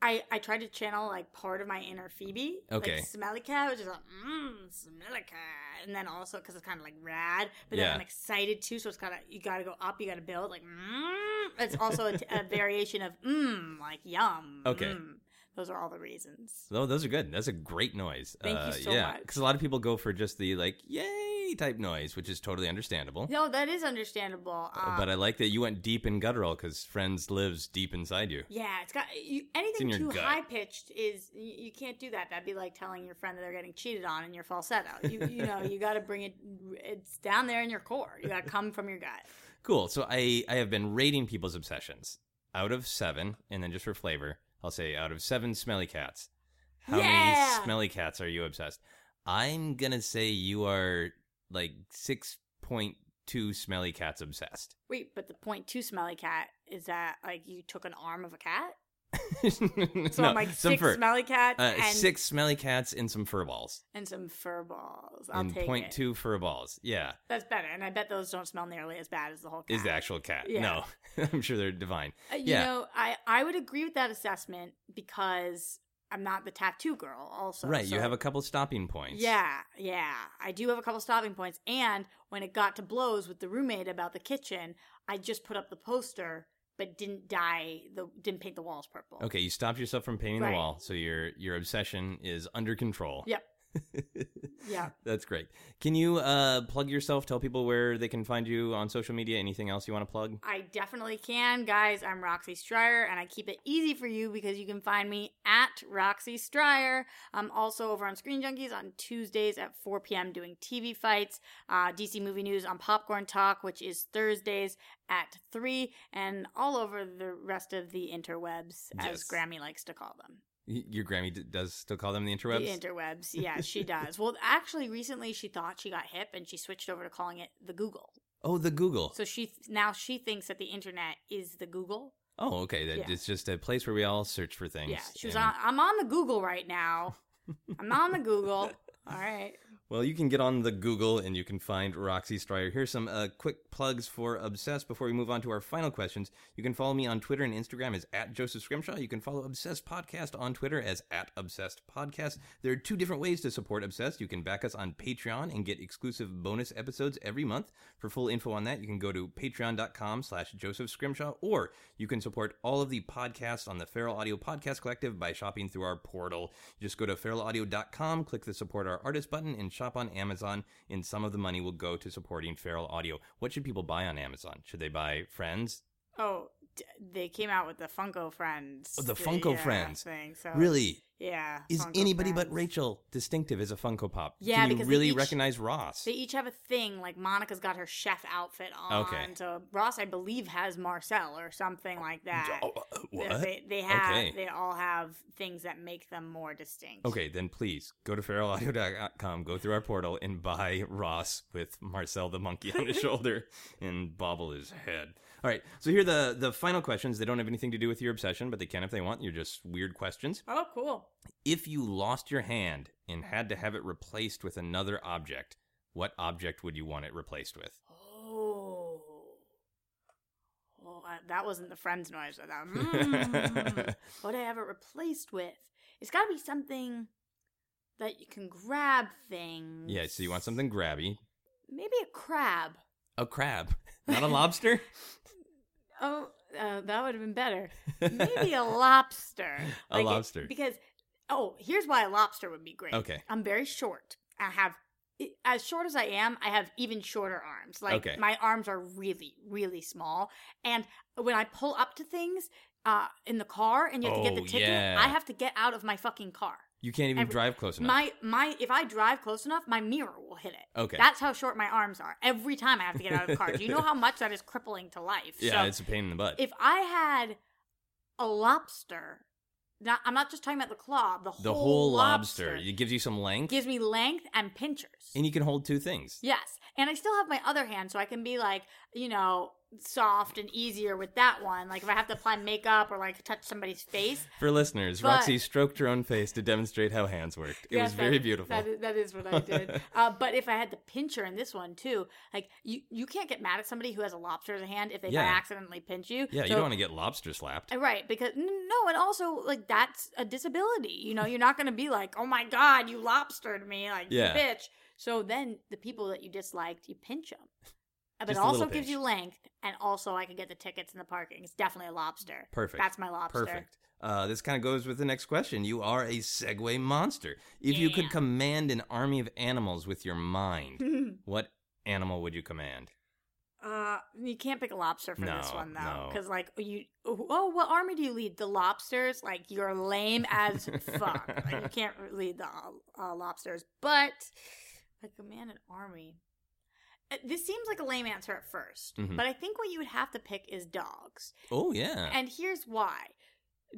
D: I I tried to channel like part of my inner Phoebe.
C: Okay.
D: Like smelly cat, which is like mmm, smelly cat, and then also because it's kind of like rad, but then
L: Yeah.
D: I'm excited too, so it's kind of you got to go up, you got to build like mmm. It's also a, t- a variation of mmm, like yum.
C: Okay.
D: mm. Those are all the reasons.
C: Oh, those are good. That's a great noise. Uh,
D: Thank you so
C: yeah,
D: much.
C: because a lot of people go for just the like yay type noise, which is totally understandable.
D: No, that is understandable. Um,
C: Uh, But I like that you went deep and guttural because Friends lives deep inside you.
D: Yeah, it's got you,
C: in
D: anything
C: your
D: too
C: gut.
D: high pitched is you, you can't do that. That'd be like telling your friend that they're getting cheated on in your falsetto. You, you know, you got to bring it. It's down there in your core. You got to come from your gut.
C: Cool. So I I have been rating people's obsessions out of seven, and then just for flavor, I'll say out of seven smelly cats. How
L: Yeah!
C: many smelly cats are you obsessed? I'm gonna say you are like six point two smelly cats obsessed.
D: Wait, but the point two smelly cat is that like you took an arm of a cat? So I'm like
C: some
D: six smelly cats
C: Uh,
D: and-
C: six smelly cats and some fur balls.
D: and some fur balls. I'll
C: and
D: take
C: point
D: it.
C: two fur balls. Yeah,
D: That's better, and I bet those don't smell nearly as bad as the whole cat.
C: is the actual cat.
D: Ah, Yeah.
C: No, I'm sure they're divine.
D: Uh, you
C: yeah,
D: know, I I would agree with that assessment because I'm not the tattoo girl. Also,
C: right.
D: so-
C: You have a couple stopping points.
D: Yeah, yeah. I do have a couple stopping points. And when it got to blows with the roommate about the kitchen, I just put up the poster but didn't dye the didn't paint the walls purple.
C: Okay, you stopped yourself from painting
D: Right.
C: the wall, so your your obsession is under control.
D: Yep. yeah.
C: That's great. Can you uh, plug yourself? Tell people where they can find you on social media. Anything else you want to plug?
D: I definitely can, guys. I'm Roxy Stryer, and I keep it easy for you because you can find me at Roxy Stryer. I'm also over on Screen Junkies on Tuesdays at 4 p.m. doing TV fights, uh, DC movie news on Popcorn Talk, which is Thursdays at 3, and all over the rest of the interwebs, as
C: Yes.
D: Grammy likes to call them.
C: Y- Your Grammy d- does still call them the interwebs.
D: The interwebs. Yeah, she does. well, actually, recently she thought she got hip, and she switched over to calling it the Google.
C: oh, the Google.
D: So she now she thinks that the internet is the Google.
C: oh, okay. That
D: Yeah.
C: it's just a place where we all search for things.
D: Yeah, she was
C: and-
D: on. I'm on the Google right now. I'm on the Google. All right.
C: Well, you can get on the Google and you can find Roxy Stryer. Here's some uh, quick plugs for Obsessed before we move on to our final questions. You can follow me on Twitter and Instagram as at Joseph Scrimshaw. You can follow Obsessed Podcast on Twitter as at Obsessed Podcast. There are two different ways to support Obsessed. You can back us on Patreon and get exclusive bonus episodes every month. For full info on that, you can go to patreon.com slash Joseph Scrimshaw, or you can support all of the podcasts on the Feral Audio Podcast Collective by shopping through our portal. Just go to feralaudio.com, click the support our artist button, and shop on Amazon, and some of the money will go to supporting Feral Audio. What should people buy on Amazon? Should they buy Friends?
D: Oh, d- they came out with the Funko Friends.
C: Oh, the Funko
D: yeah,
C: Friends.
D: thing. So
C: Really?
D: Yeah.
C: Is
D: Uh, Funko
C: anybody
D: Friends.
C: but Rachel distinctive as a Funko Pop?
D: Yeah,
C: Can you
D: because they
C: really
D: each-
C: recognize Ross?
D: They each have a thing. Like Monica's got her chef outfit on.
C: Okay. Oh,
D: So Ross, I believe, has Marcel or something like that.
C: what?
D: They, they have.
C: Okay.
D: They all have things that make them more distinct.
C: Okay, then please go to feralaudio.com, go through our portal, and buy Ross with Marcel the monkey on his shoulder and bobble his head. All right, so here are the, the final questions. They don't have anything to do with your obsession, but they can if they want. You're just weird questions.
D: Oh, cool.
C: If you lost your hand and had to have it replaced with another object, what object would you want it replaced with?
D: Oh. Oh, I- that wasn't the friend's noise. but That, mm, what do I have it replaced with? It's got to be something that you can grab thing.
C: Yeah, so you want something grabby.
D: Maybe a crab.
C: A crab, not a lobster?
D: Oh, uh, that would have been better. Maybe a lobster.
C: A
D: it-
C: lobster.
D: because, oh, here's why a lobster would be great.
C: Okay.
D: I'm very short. I have, i- as short as I am, I have even shorter arms. Like,
C: Okay.
D: my arms are really, really small. And when I pull up to things uh, in the car and you have to get the
C: Oh,
D: ticket,
C: yeah.
D: I have to get out of my fucking car.
C: You can't even
D: Every-
C: drive close enough.
D: My my if I drive close enough, my mirror will hit it.
C: Okay.
D: That's how short my arms are. Every time I have to get out of the car. Do you know how much that is crippling to life?
C: yeah,
D: So-
C: it's a pain in the butt.
D: if I had a lobster, not, I'm not just talking about the claw, the,
C: the
D: whole,
C: whole
D: lobster,
C: lobster. It gives you some length.
D: gives me length and pinchers.
C: And you can hold two things.
D: Yes. And I still have my other hand, so I can be like, you know, soft and easier with that one. Like if I have to apply makeup or like touch somebody's face.
C: For listeners,
D: But-
C: Roxy stroked her own face to demonstrate how hands worked. It was
D: Yes,
C: very
D: that-
C: beautiful.
D: That is, that is what I did. uh, but if I had the pincher in this one too, like you, you can't get mad at somebody who has a lobster in a hand if they
C: Yeah.
D: by accidentally pinch you.
C: yeah, you
D: So-
C: don't want to get lobster slapped.
D: Uh, Right, because n- no, and also like that's a disability. You know, you're not going to be like, "Oh my god, you lobstered me," like
C: Yeah.
D: you bitch. So then the people that you disliked, you pinch them. But it
C: Just a little
D: also gives
C: pinch.
D: you length, and also I could get the tickets in the parking. It's definitely a lobster.
C: Perfect.
D: That's my lobster.
C: Perfect. Uh, this kind of goes with the next question. You are a Segway monster. If you could command an army of animals with your mind, what animal would you command?
D: Uh, you can't pick a lobster for this
C: No,
D: one though,
C: no.
D: because like you, oh, what army do you lead? The lobsters? Like you're lame as fuck. Like, you can't lead the uh, lobsters. But like a man, an army. Uh, This seems like a lame answer at 1st
C: Mhm.
D: but I think what you would have to pick is dogs.
C: Oh, yeah.
D: And here's why.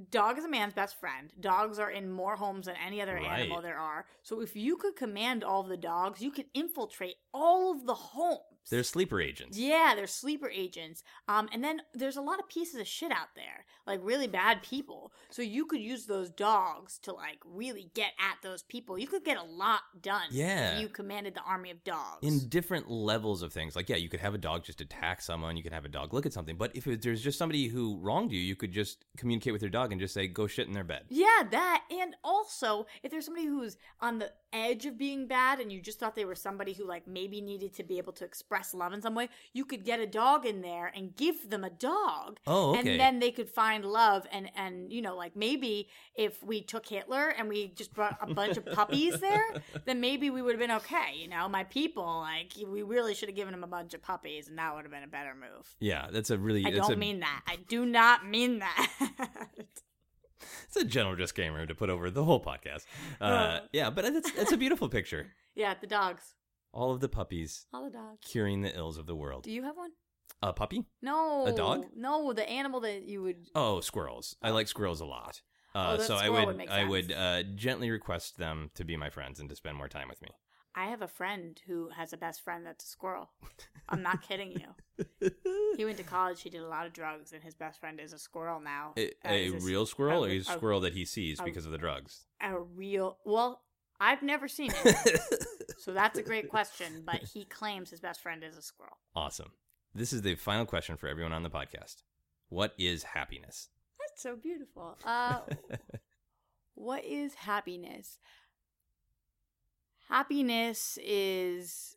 D: Dog is a man's best friend. Dogs are in more homes than any other animal
C: Right.
D: there are. So if you could command all of the dogs, you could infiltrate all of the homes.
C: They're sleeper agents.
D: Yeah, they're sleeper agents. Um, and then there's a lot of pieces of shit out there, like really bad people. So you could use those dogs to like really get at those people. You could get a lot done.
C: Yeah.
D: if you commanded the army of dogs.
C: in different levels of things. Like, yeah, you could have a dog just attack someone, you could have a dog look at something, but if it, there's just somebody who wronged you, you could just communicate with your dog and just say, go shit in their bed.
D: Yeah, that. And also, if there's somebody who's on the edge of being bad and you just thought they were somebody who, like, maybe needed to be able to express love in some way, you could get a dog in there and give them a dog.
L: Oh, okay.
D: And then they could find love. And, and you know, like, maybe if we took Hitler and we just brought a bunch of puppies there, then maybe we would have been okay. You know, my people, like, we really should have given him a bunch of puppies and that would have been a better move.
C: Yeah, that's a really.
D: I
C: that's
D: don't
C: a,
D: mean that. I do not mean that.
C: It's a general disclaimer to put over the whole podcast. Uh, yeah, but that's that's a beautiful picture.
D: yeah, the dogs.
C: All of the puppies
D: All the dogs.
C: curing the ills of the world.
D: Do you have one?
C: A puppy?
D: No.
C: A dog?
D: No, the animal that you would.
C: Oh, squirrels. I like squirrels a lot. Uh,
D: Oh, that
C: so I
D: squirrel
C: would,
D: would make
C: I
D: sense.
C: would uh, gently request them to be my friends and to spend more time with me.
D: I have a friend who has a best friend that's a squirrel. I'm not kidding you. he went to college. He did a lot of drugs, and his best friend is a squirrel now.
C: A,
D: Uh,
C: a
D: is this-
C: real squirrel, or
D: a-
C: a
D: a-
C: squirrel that he sees
D: a-
C: because of the drugs?
D: A real. Well, I've never seen it. so that's a great question. But he claims his best friend is a squirrel.
C: Awesome. This is the final question for everyone on the podcast. What is happiness?
D: That's so beautiful. Uh, what is happiness? Happiness is,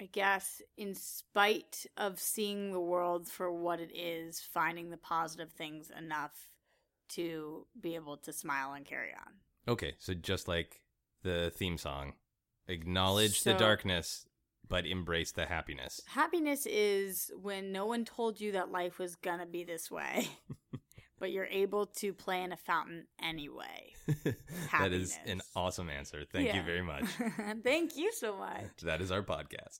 D: I guess, in spite of seeing the world for what it is, finding the positive things enough to be able to smile and carry on.
C: Okay, so just like the theme song, acknowledge the
D: So-
C: darkness, but embrace the happiness.
D: Happiness is when no one told you that life was gonna be this way, but you're able to play in a fountain anyway.
C: That is an awesome answer. Thank you
D: Yeah.
C: very much.
D: Thank you so much.
C: that is our podcast.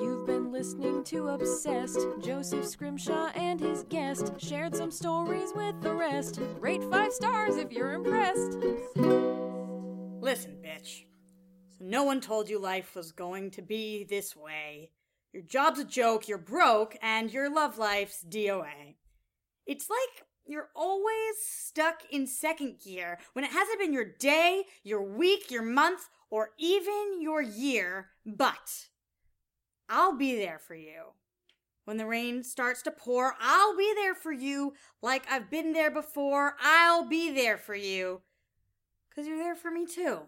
B: You've been listening to Obsessed. Joseph Scrimshaw and his guest shared some stories with the rest. Rate five stars if you're impressed.
D: Listen, bitch. So no one told you life was going to be this way. Your job's a joke, you're broke, and your love life's DOA. It's like you're always stuck in second gear when it hasn't been your day, your week, your month, or even your year, but I'll be there for you. When the rain starts to pour, I'll be there for you like I've been there before. I'll be there for you. Because you're there for me too.